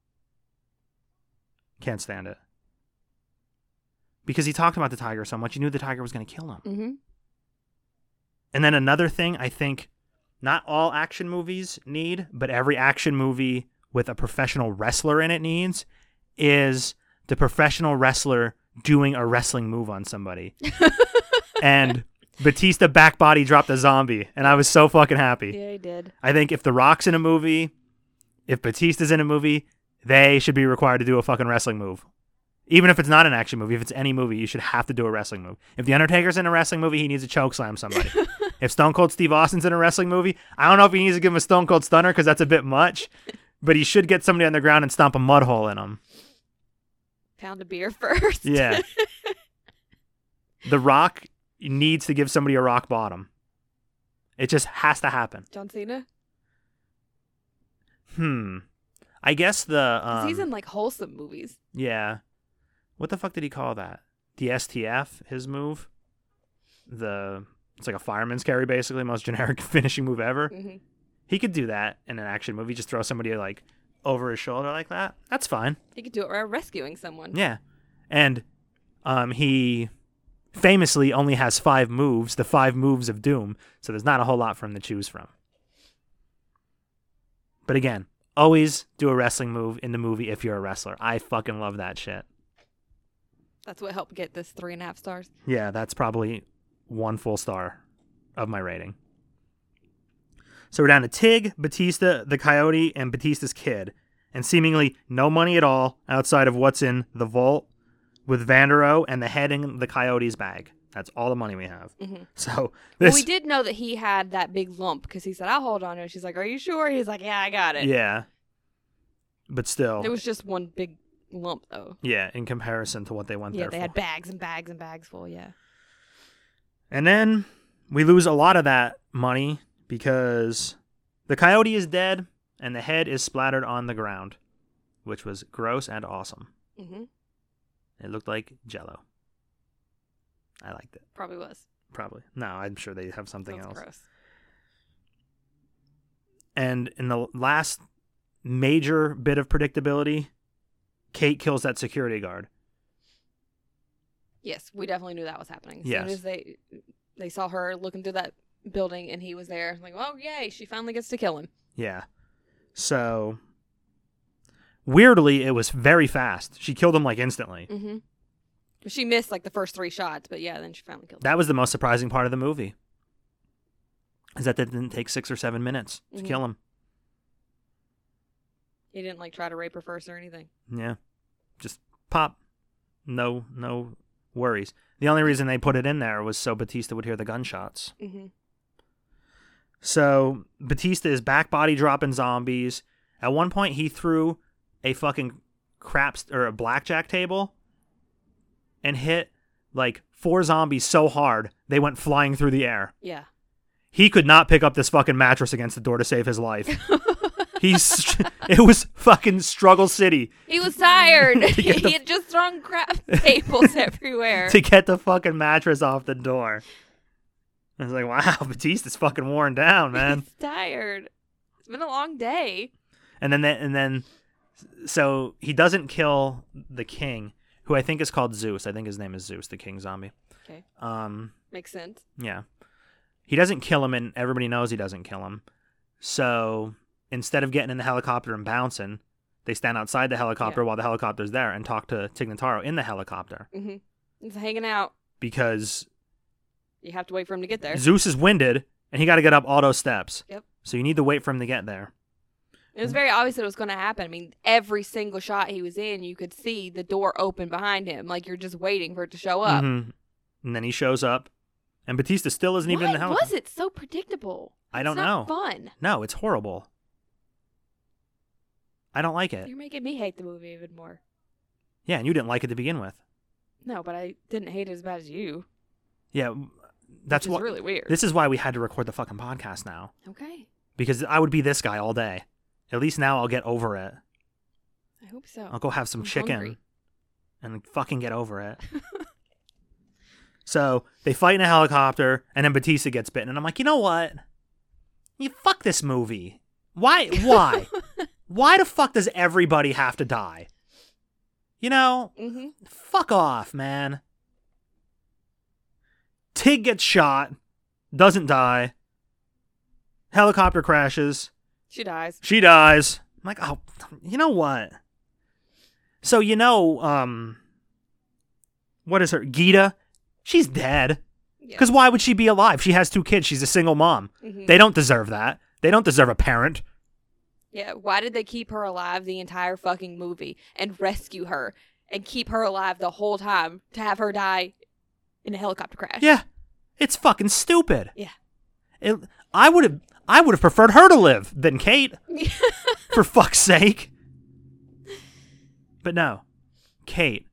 S3: Can't stand it. Because he talked about the tiger so much, you knew the tiger was going to kill him.
S4: Mm-hmm.
S3: And then another thing I think not all action movies need, but every action movie with a professional wrestler in it needs is the professional wrestler doing a wrestling move on somebody. and Batista back body dropped a zombie, and I was so fucking happy.
S4: Yeah, he did.
S3: I think if The Rock's in a movie, if Batista's in a movie, they should be required to do a fucking wrestling move. Even if it's not an action movie, if it's any movie, you should have to do a wrestling move. If The Undertaker's in a wrestling movie, he needs to choke slam somebody. if Stone Cold Steve Austin's in a wrestling movie, I don't know if he needs to give him a Stone Cold Stunner because that's a bit much, but he should get somebody on the ground and stomp a mud hole in him.
S4: Pound a beer first.
S3: Yeah. the Rock needs to give somebody a rock bottom. It just has to happen.
S4: John Cena.
S3: Hmm. I guess the
S4: 'Cause
S3: um,
S4: he's in like wholesome movies.
S3: yeah. What the fuck did he call that? The STF, his move. The it's like a fireman's carry, basically, most generic finishing move ever.
S4: Mhm.
S3: He could do that in an action movie. Just throw somebody like over his shoulder like that. That's fine.
S4: He could do it while rescuing someone.
S3: Yeah. And um, he famously only has five moves, the five moves of Doom, so there's not a whole lot for him to choose from. But again, always do a wrestling move in the movie if you're a wrestler. I fucking love that shit.
S4: That's what helped get this three and a half stars.
S3: Yeah, that's probably one full star of my rating. So we're down to Tig, Batista, the Coyote, and Batista's kid, and seemingly no money at all outside of what's in the vault with Vandero and the head in the Coyote's bag. That's all the money we have. So this,
S4: Mm-hmm. Well, we did know that he had that big lump because he said, "I'll hold on to it." She's like, "Are you sure?" He's like, "Yeah, I got it."
S3: yeah, but still,
S4: It was just one big lump, though.
S3: yeah, in comparison to what they went
S4: Yeah,
S3: there
S4: they
S3: for.
S4: had bags and bags and bags full. Yeah.
S3: And then we lose a lot of that money because the coyote is dead and the head is splattered on the ground, which was gross and awesome.
S4: hmm
S3: It looked like jello. I liked it,
S4: Probably was.
S3: probably. No, I'm sure they have something
S4: That was
S3: else.
S4: gross.
S3: And in the last major bit of predictability, Kate kills that security guard.
S4: Yes, we definitely knew that was happening. As
S3: Yes.
S4: soon as they they saw her looking through that building and he was there, like, oh yay, she finally gets to kill him.
S3: Yeah. So weirdly, it was very fast. She killed him like instantly.
S4: Mm-hmm. She missed like the first three shots, but yeah, then she finally killed him.
S3: That was the most surprising part of the movie. Is that it didn't take six or seven minutes to
S4: Mhm.
S3: kill him.
S4: He didn't like try to rape her first or anything.
S3: Yeah. Just pop. No no worries. The only reason they put it in there was so Batista would hear the gunshots.
S4: Mm-hmm.
S3: So Batista is back body dropping zombies. At one point he threw a fucking craps or a blackjack table and hit like four zombies so hard they went flying through the air.
S4: Yeah.
S3: he could not pick up this fucking mattress against the door to save his life. He's it was fucking struggle city
S4: He was tired.
S3: To get the-
S4: he had just thrown crap tables everywhere.
S3: to get the fucking mattress off the door. I was like, wow, Batista's fucking worn down, man.
S4: He's tired. It's been a long day.
S3: and then that, and then so he doesn't kill the king, who I think is called Zeus. I think his name is Zeus, the king zombie.
S4: Okay.
S3: Um,
S4: Makes sense.
S3: Yeah. He doesn't kill him, and everybody knows he doesn't kill him. So instead of getting in the helicopter and bouncing, they stand outside the helicopter
S4: Yeah.
S3: while the helicopter's there and talk to Tignataro in the helicopter
S4: Mm-hmm. He's hanging out.
S3: because
S4: You have to wait for him to get there.
S3: Zeus is winded and he got to get up all those steps.
S4: Yep.
S3: So you need to wait for him to get there.
S4: It was very obvious that it was going to happen. I mean, every single shot he was in, you could see the door open behind him. Like you're just waiting for it to show up.
S3: Mhm. And then he shows up, and Batista still isn't even in the
S4: Why
S3: helicopter.
S4: was it so predictable?
S3: I don't
S4: It's not
S3: know.
S4: Fun.
S3: No, it's horrible. I don't like it.
S4: You're making me hate the movie even more.
S3: Yeah, and you didn't like it to begin with.
S4: No, but I didn't hate it as bad as you.
S3: Yeah, that's
S4: which is
S3: what
S4: really weird.
S3: This is why we had to record the fucking podcast now
S4: okay,
S3: because I would be this guy all day. At least now I'll get over it.
S4: I hope so.
S3: I'll go have some
S4: Oh, I'm
S3: chicken
S4: hungry.
S3: and fucking get over it. so they fight in a helicopter and then Batista gets bitten. And I'm like, you know what? You fuck this movie. Why? Why? why the fuck does everybody have to die? You know,
S4: hmm
S3: fuck off, man. Tig gets shot, doesn't die. Helicopter crashes.
S4: She dies.
S3: She dies. I'm like, oh, you know what? So you know, um, what is her? Gita. She's dead.
S4: Yeah.
S3: Because why would she be alive? She has two kids. She's a single mom.
S4: Mhm.
S3: They don't deserve that. They don't deserve a parent.
S4: Yeah, why did they keep her alive the entire fucking movie and rescue her and keep her alive the whole time to have her die in a helicopter crash?
S3: Yeah, it's fucking stupid.
S4: Yeah.
S3: It, I would have. I would have preferred her to live than Kate. for fuck's sake. But no, Kate,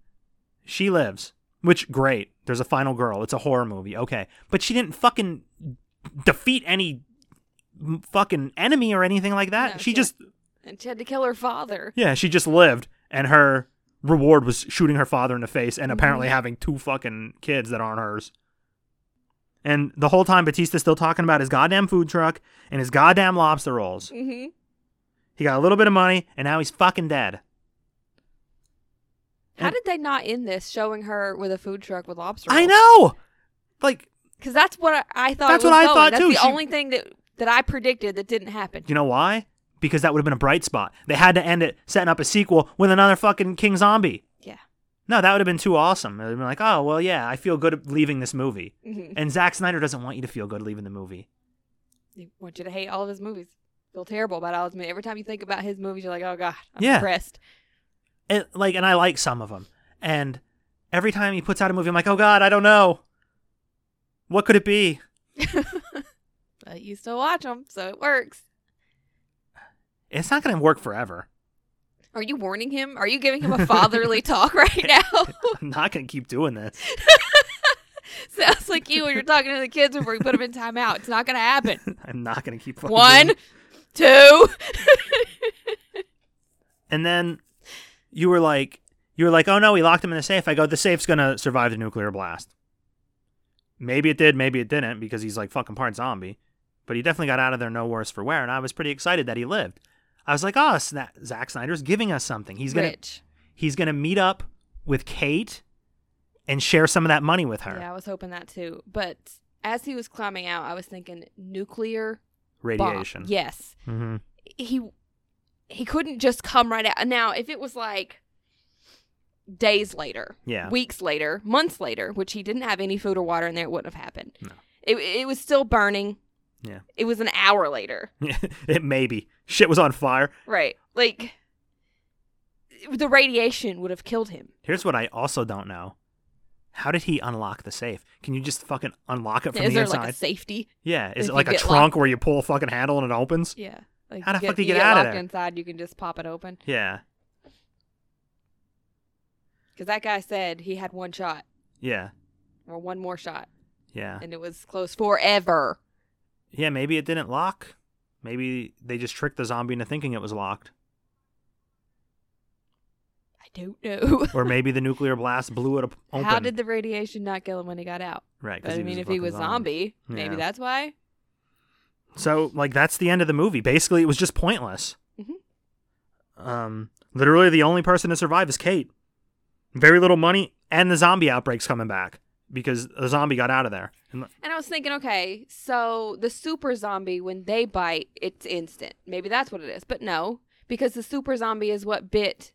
S3: she lives, which great. There's a final girl. It's a horror movie. Okay. But she didn't fucking defeat any m- fucking enemy or anything like that.
S4: No,
S3: she
S4: she-
S3: just
S4: and she had to kill her father.
S3: Yeah, she just lived, and her reward was shooting her father in the face and apparently having two fucking kids that aren't hers. And the whole time, Batista's still talking about his goddamn food truck and his goddamn lobster rolls.
S4: hmm
S3: He got a little bit of money, and now he's fucking dead.
S4: How
S3: And-
S4: did they not end this showing her with a food truck with lobster?
S3: I know! Like,
S4: because that's what I, I thought.
S3: That's
S4: it
S3: what
S4: was
S3: I
S4: going.
S3: thought,
S4: That's
S3: too.
S4: The
S3: She-
S4: only thing that that I predicted that didn't happen.
S3: you know why? Because that would have been a bright spot. They had to end it setting up a sequel with another fucking King Zombie.
S4: Yeah.
S3: No, that would have been too awesome. It would have been like, oh, well, yeah, I feel good leaving this movie.
S4: Mhm.
S3: And Zack Snyder doesn't want you to feel good leaving the movie.
S4: They want you to hate all of his movies. Feel terrible about all his movies. Every time you think about his movies, you're like, oh god, I'm
S3: Yeah.
S4: depressed.
S3: And, like, and I like some of them. And every time he puts out a movie, I'm like, oh, God, I don't know. What could it be?
S4: But you still watch them, so it works.
S3: It's not going to work forever.
S4: Are you warning him? Are you giving him a fatherly talk right now?
S3: I'm not going to keep doing this.
S4: Sounds like you when you're talking to the kids before you put them in timeout. It's not going to happen.
S3: I'm not going to keep fucking
S4: One,
S3: doing-
S4: two.
S3: And then you were like, you were like, oh no, we locked him in the safe. I go, the safe's gonna survive the nuclear blast. Maybe it did, maybe it didn't, because he's like fucking part zombie. But he definitely got out of there no worse for wear, and I was pretty excited that he lived. I was like, oh, Sna- Zack Snyder's giving us something. He's gonna
S4: Rich.
S3: he's gonna meet up with Kate and share some of that money with her.
S4: Yeah, I was hoping that too. But as he was climbing out, I was thinking nuclear bomb.
S3: Radiation.
S4: Yes,
S3: Mm-hmm.
S4: he he couldn't just come right out. Now, if it was like days later,
S3: Yeah.
S4: weeks later, months later, which he didn't have any food or water in there, it wouldn't have happened.
S3: No.
S4: It it was still burning.
S3: Yeah.
S4: It was an hour later.
S3: it maybe shit was on fire.
S4: Right. Like the radiation would have killed him.
S3: Here's what I also don't know. How did he unlock the safe? Can you just fucking unlock it from
S4: Is
S3: the
S4: there
S3: inside?
S4: like a safety?
S3: yeah, is it
S4: if you
S3: like a
S4: get
S3: trunk where you pull a fucking handle and it opens?
S4: Yeah. Like
S3: How the
S4: you
S3: fuck do you get
S4: get
S3: out of
S4: locked
S3: there?
S4: inside, you can just pop it open.
S3: Yeah.
S4: Because that guy said he had one shot
S3: Yeah.
S4: or one more shot,
S3: Yeah.
S4: and it was closed forever.
S3: Yeah, maybe it didn't lock. Maybe they just tricked the zombie into thinking it was locked.
S4: I don't know.
S3: Or maybe the nuclear blast blew it op- open.
S4: How did the radiation not kill him when he got out?
S3: Right,
S4: But
S3: 'cause
S4: I mean,
S3: a
S4: if he
S3: fucking
S4: was zombie, maybe
S3: Yeah.
S4: that's why.
S3: So, like, that's the end of the movie. Basically, it was just pointless.
S4: Mhm. Mm-hmm.
S3: Um, literally, the only person to survive is Kate. Very little money, and the zombie outbreak's coming back because the zombie got out of there. And the-
S4: And I was thinking, okay, so the super zombie, when they bite, it's instant. Maybe that's what it is. But no, because the super zombie is what bit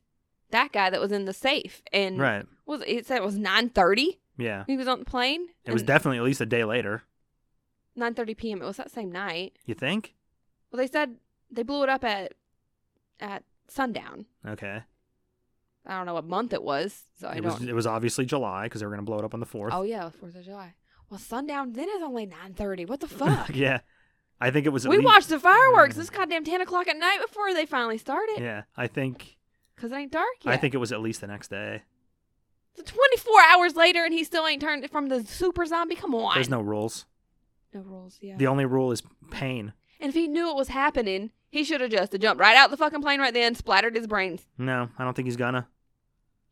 S4: that guy that was in the safe. And
S3: Right.
S4: what was it, it said it was nine thirty.
S3: Yeah.
S4: He was on the plane.
S3: It was definitely at least a day later.
S4: nine thirty p.m. It was that same night.
S3: You think?
S4: Well, they said they blew it up at at sundown.
S3: Okay.
S4: I don't know what month it was, so I
S3: it
S4: don't.
S3: was it was obviously July because they were gonna blow it up on the fourth.
S4: oh yeah, Fourth of July. Well, sundown then is only nine thirty. What the fuck?
S3: yeah. I think it was. at
S4: we
S3: least-
S4: watched the fireworks.
S3: Yeah.
S4: It's goddamn ten o'clock at night before they finally started.
S3: Yeah, I think.
S4: Cause it ain't dark yet.
S3: I think it was at least the next day.
S4: So twenty four hours later, and he still ain't turned from the super zombie. Come on.
S3: There's no rules.
S4: No rules. Yeah.
S3: The only rule is pain.
S4: and if he knew it was happening, he should have just jumped right out the fucking plane right then, splattered his brains.
S3: No, I don't think he's gonna.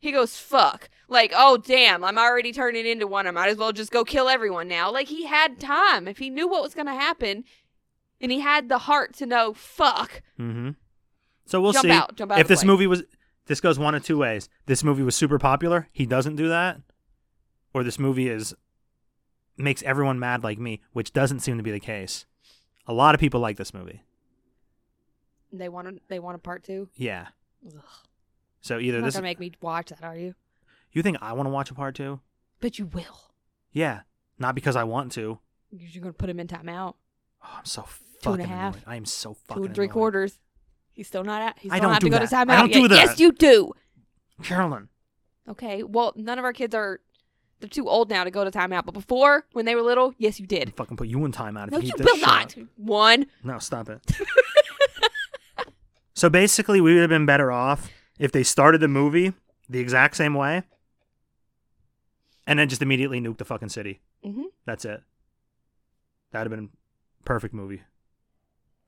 S4: He goes, fuck. Like, oh, damn, I'm already turning into one. I might as well just go kill everyone now. Like, he had time. If he knew what was going to happen and he had the heart to know, fuck.
S3: Mm-hmm. So we'll
S4: Jump
S3: see.
S4: out, jump out
S3: if
S4: of the
S3: this
S4: plane.
S3: movie was, this goes one of two ways. This movie was super popular. He doesn't do that, or this movie is makes everyone mad like me, which doesn't seem to be the case. A lot of people like this movie.
S4: They want a, they want a part two.
S3: Yeah.
S4: Ugh.
S3: So either
S4: You're not
S3: this,
S4: going to make me watch that, are you?
S3: you think I want to watch a part two?
S4: But you will.
S3: Yeah. Not because I want to.
S4: You're going to put him in timeout.
S3: Oh, I'm so
S4: Two
S3: fucking
S4: and a half.
S3: annoyed. I am so fucking
S4: Two and three
S3: annoyed.
S4: quarters. He's still not out. He's
S3: I
S4: still
S3: don't
S4: not
S3: do
S4: to go to
S3: that.
S4: timeout.
S3: I don't
S4: yet.
S3: do that.
S4: Yes, you do.
S3: Carolyn.
S4: Okay. Well, none of our kids are. They're too old now to go to timeout. But before, when they were little, yes, you
S3: I'll
S4: did.
S3: fucking put you in timeout if
S4: No,
S3: you
S4: you
S3: keep this
S4: will
S3: shit
S4: not.
S3: up.
S4: One.
S3: No, stop it. so basically, we would have been better off if they started the movie the exact same way and then just immediately nuked the fucking city.
S4: Mm-hmm.
S3: That's it. That would have been perfect movie.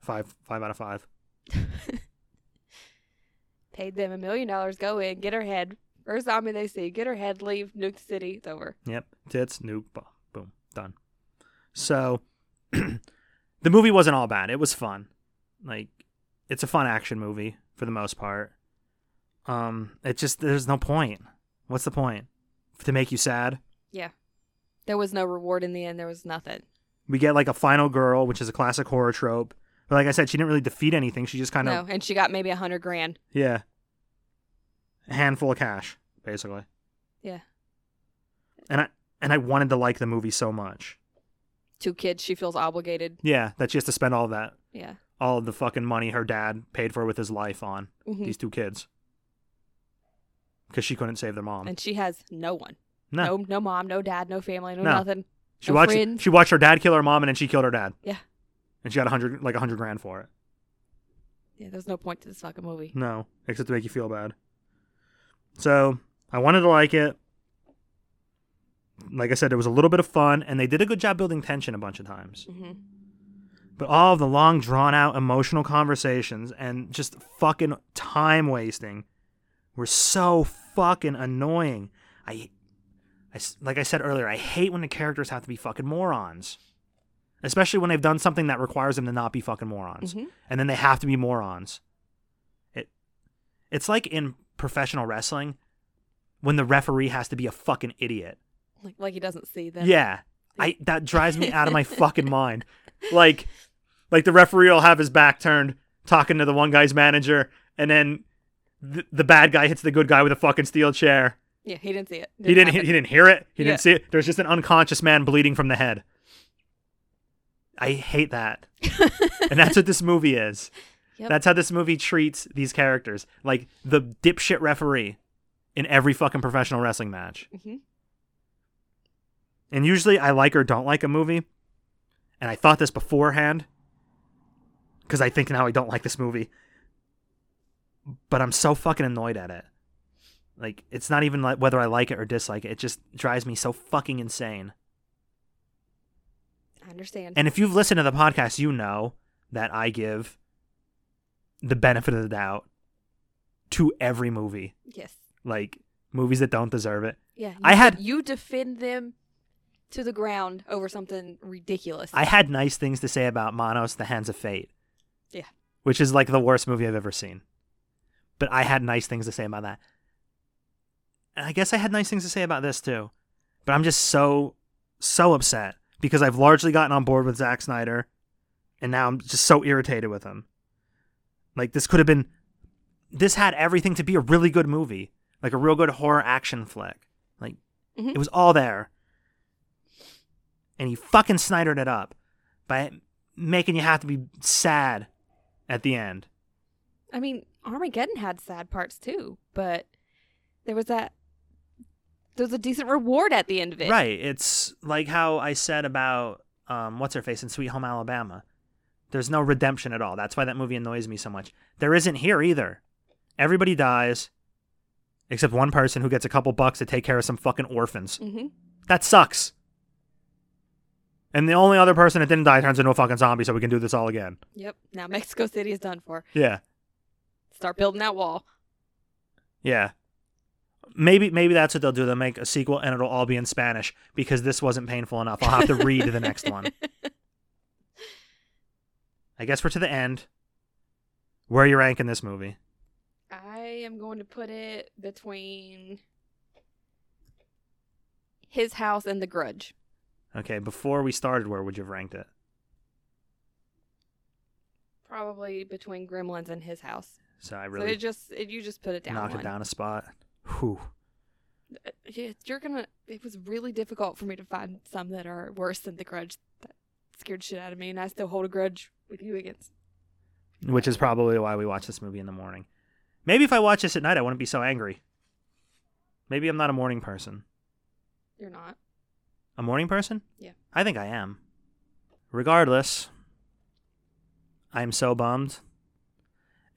S3: Five, five out of five.
S4: paid them a million dollars, go in, get her head. First zombie they see, get her head, leave, nuke the city, it's over.
S3: Yep. Tits, nuke, boom, boom, done. So the movie wasn't all bad. It was fun. Like it's a fun action movie for the most part. Um, it just there's no point. What's the point? To make you sad?
S4: There was no reward in the end, there was nothing.
S3: We get like a final girl, which is a classic horror trope. But like I said, she didn't really defeat anything. She just kind
S4: No,
S3: of
S4: and she got maybe a hundred grand.
S3: yeah, a handful of cash basically.
S4: Yeah.
S3: And I and I wanted to like the movie so much.
S4: Two kids, she feels obligated.
S3: Yeah, that she has to spend all that
S4: Yeah.
S3: all the fucking money her dad paid for with his life on
S4: Mhm.
S3: these two kids because she couldn't save their mom.
S4: And she has no one.
S3: Um, no,
S4: No no mom, no dad, no family, no,
S3: No.
S4: nothing.
S3: she
S4: no
S3: watched
S4: friends.
S3: she watched her dad kill her mom, and then she killed her dad,
S4: Yeah.
S3: and she got a hundred like a hundred grand for it.
S4: Yeah, there's no point to this fucking movie.
S3: No, except to make you feel bad. So I wanted to like it. Like I said, there was a little bit of fun, and they did a good job building tension a bunch of times.
S4: hmm
S3: But all of the long, drawn out emotional conversations and just fucking time wasting were so fucking annoying. I, I s- like I said earlier, I hate when the characters have to be fucking morons. Especially when they've done something that requires them to not be fucking morons.
S4: Mhm.
S3: And then they have to be morons. It, it's like in professional wrestling when the referee has to be a fucking idiot.
S4: Like like he doesn't see them.
S3: Yeah. I that drives me out of my fucking mind. Like like the referee will have his back turned talking to the one guy's manager and then th- the bad guy hits the good guy with a fucking steel chair.
S4: Yeah, he didn't see it.
S3: He didn't he,
S4: happen.
S3: he didn't hear it. He
S4: Yeah.
S3: didn't see it. There's just an unconscious man bleeding from the head. I hate that. and that's what this movie is.
S4: Yep.
S3: That's how this movie treats these characters. Like the dipshit referee in every fucking professional wrestling match.
S4: Mhm.
S3: And usually I like or don't like a movie. And I thought this beforehand because I think now I don't like this movie. But I'm so fucking annoyed at it. Like, it's not even like whether I like it or dislike it. It just drives me so fucking insane.
S4: I understand.
S3: And if you've listened to the podcast, you know that I give the benefit of the doubt to every movie,
S4: yes.
S3: like movies that don't deserve it.
S4: Yeah. you
S3: I
S4: de-
S3: had-
S4: you defend them to the ground over something ridiculous.
S3: I had nice things to say about Manos, The Hands of Fate.
S4: Yeah.
S3: Which is like the worst movie I've ever seen. But I had nice things to say about that. And I guess I had nice things to say about this too. But I'm just so, so upset because I've largely gotten on board with Zack Snyder and now I'm just so irritated with him. Like, this could have been, this had everything to be a really good movie, like a real good horror action flick. Like,
S4: Mhm.
S3: it was all there. And he fucking Snydered it up by making you have to be sad at the end.
S4: I mean, Armageddon had sad parts too, but there was that there was a decent reward at the end of it.
S3: Right. It's like how I said about um, what's her face in Sweet Home Alabama. There's no redemption at all. That's why that movie annoys me so much. There isn't here either. Everybody dies except one person who gets a couple bucks to take care of some fucking orphans.
S4: hmm
S3: That sucks. And the only other person that didn't die turns into a fucking zombie, so we can do this all again.
S4: Yep. Now Mexico City is done for.
S3: Yeah.
S4: Start building that wall.
S3: Yeah. Maybe maybe that's what they'll do. They'll make a sequel and it'll all be in Spanish because this wasn't painful enough. I'll have to read the next one. I guess we're to the end. Where are you ranking this movie?
S4: I am going to put it between his house and the grudge.
S3: Okay, before we started, where would you have ranked it?
S4: Probably between Gremlins and his house.
S3: So I
S4: So
S3: really
S4: it just it, you just put it down.
S3: knocked
S4: one.
S3: it down a spot. Whew.
S4: Uh, yeah, you're gonna. It was really difficult for me to find some that are worse than the grudge that scared shit out of me, and I still hold a grudge with you against.
S3: Which is probably why we watch this movie in the morning. Maybe if I watch this at night, I wouldn't be so angry. Maybe I'm not a morning person.
S4: You're not.
S3: A morning person?
S4: Yeah.
S3: I think I am. Regardless, I'm so bummed.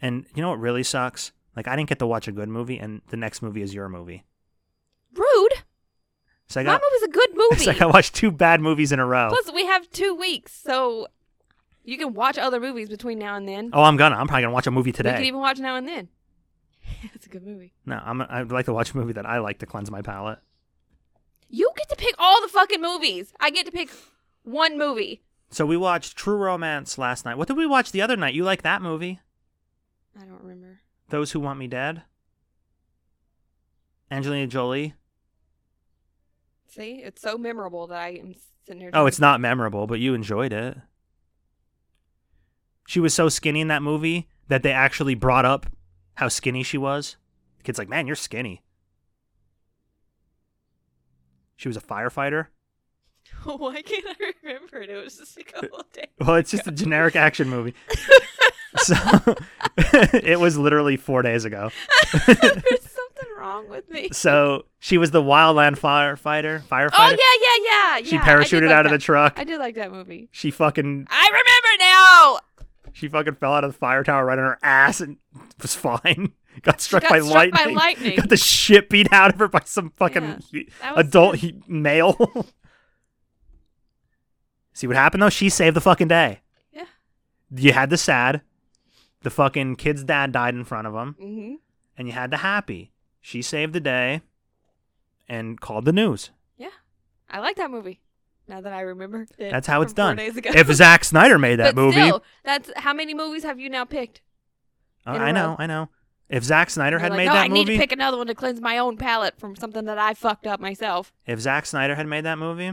S3: And you know what really sucks? Like I didn't get to watch a good movie, and the next movie is your movie.
S4: Rude.
S3: So I
S4: My
S3: got,
S4: movie's a good movie.
S3: so I got watched two bad movies in a row.
S4: Plus, we have two weeks, so you can watch other movies between now and then.
S3: oh, I'm gonna. I'm probably gonna watch a movie
S4: We
S3: today.
S4: could even watch now and then. That's a good movie.
S3: No, I'm, I'd like to watch a movie that I like to cleanse my palate.
S4: You get to pick all the fucking movies. I get to pick one movie.
S3: So we watched True Romance last night. What did we watch the other night? You like that movie?
S4: I don't remember.
S3: Those Who Want Me Dead? Angelina Jolie?
S4: See, it's so memorable that I am sitting here.
S3: Oh, it's not memorable, but you enjoyed it. She was so skinny in that movie that they actually brought up how skinny she was. The kid's like, man, you're skinny. She was a firefighter.
S4: Why can't I remember it? It was just oh, a couple of days.
S3: Well, it's just a generic action movie. so it was literally four days ago.
S4: There's something wrong with me.
S3: So she was the wildland firefighter. Firefighter.
S4: Oh yeah, yeah, yeah.
S3: She
S4: yeah, I did
S3: parachuted
S4: like
S3: out of the
S4: that.
S3: truck.
S4: I did like that movie.
S3: She fucking
S4: I remember now.
S3: She fucking fell out of the fire tower right on her ass and was fine. Got struck,
S4: got
S3: by,
S4: struck by
S3: lightning.
S4: lightning.
S3: Got the shit beat out of her by some fucking
S4: Yeah,
S3: he-
S4: that was
S3: adult
S4: good.
S3: he- male. See what happened though? She saved the fucking day.
S4: Yeah.
S3: You had the sad. The fucking kid's dad died in front of him,
S4: hmm
S3: and you had the happy. She saved the day, and called the news.
S4: Yeah, I like that movie. Now that I remember, it
S3: That's how it's
S4: from four
S3: done.
S4: Days ago.
S3: If Zack Snyder made that
S4: but
S3: movie,
S4: still, that's how many movies have you now picked?
S3: Oh,
S4: in a
S3: I know,
S4: row.
S3: I know. If Zack Snyder
S4: You're
S3: had
S4: like,
S3: made
S4: no,
S3: that
S4: I
S3: movie,
S4: need to pick another one to cleanse my own palate from something that I fucked up myself.
S3: if Zack Snyder had made that movie,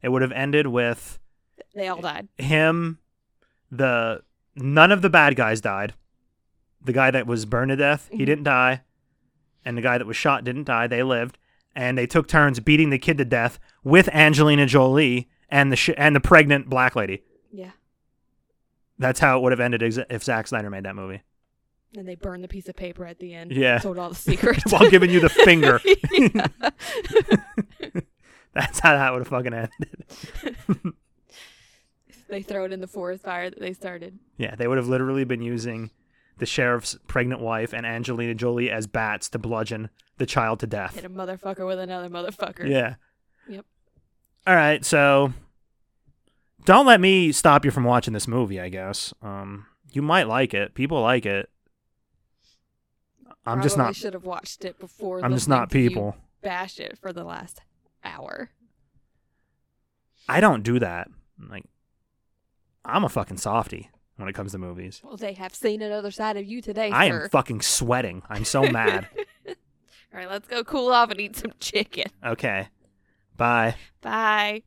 S3: it would have ended with
S4: They all died.
S3: him the none of the bad guys died. The guy that was burned to death, he
S4: Mhm.
S3: didn't die. And the guy that was shot didn't die, they lived. And they took turns beating the kid to death with Angelina Jolie and the sh- and the pregnant black lady.
S4: Yeah,
S3: That's how it would have ended ex- if Zack Snyder made that movie.
S4: and they burned the piece of paper at the end.
S3: Yeah.
S4: told all the secrets
S3: While giving you the finger.
S4: Yeah.
S3: That's how that would have fucking ended.
S4: they throw it in the forest fire that they started.
S3: Yeah, they would have literally been using the sheriff's pregnant wife and Angelina Jolie as bats to bludgeon the child to death.
S4: Hit a motherfucker with another motherfucker.
S3: Yeah.
S4: Yep.
S3: All right, so don't let me stop you from watching this movie, I guess. Um you might like it. People like it. I'm just
S4: Probably
S3: not
S4: Should have watched it before.
S3: I'm just
S4: listening
S3: not
S4: to you
S3: people.
S4: Bash it for the last hour.
S3: I don't do that. Like I'm a fucking softy when it comes to movies.
S4: Well, they have seen another side of you today,
S3: I
S4: sir.
S3: am fucking sweating. I'm so mad.
S4: All right, let's go cool off and eat some chicken.
S3: Okay. Bye.
S4: Bye.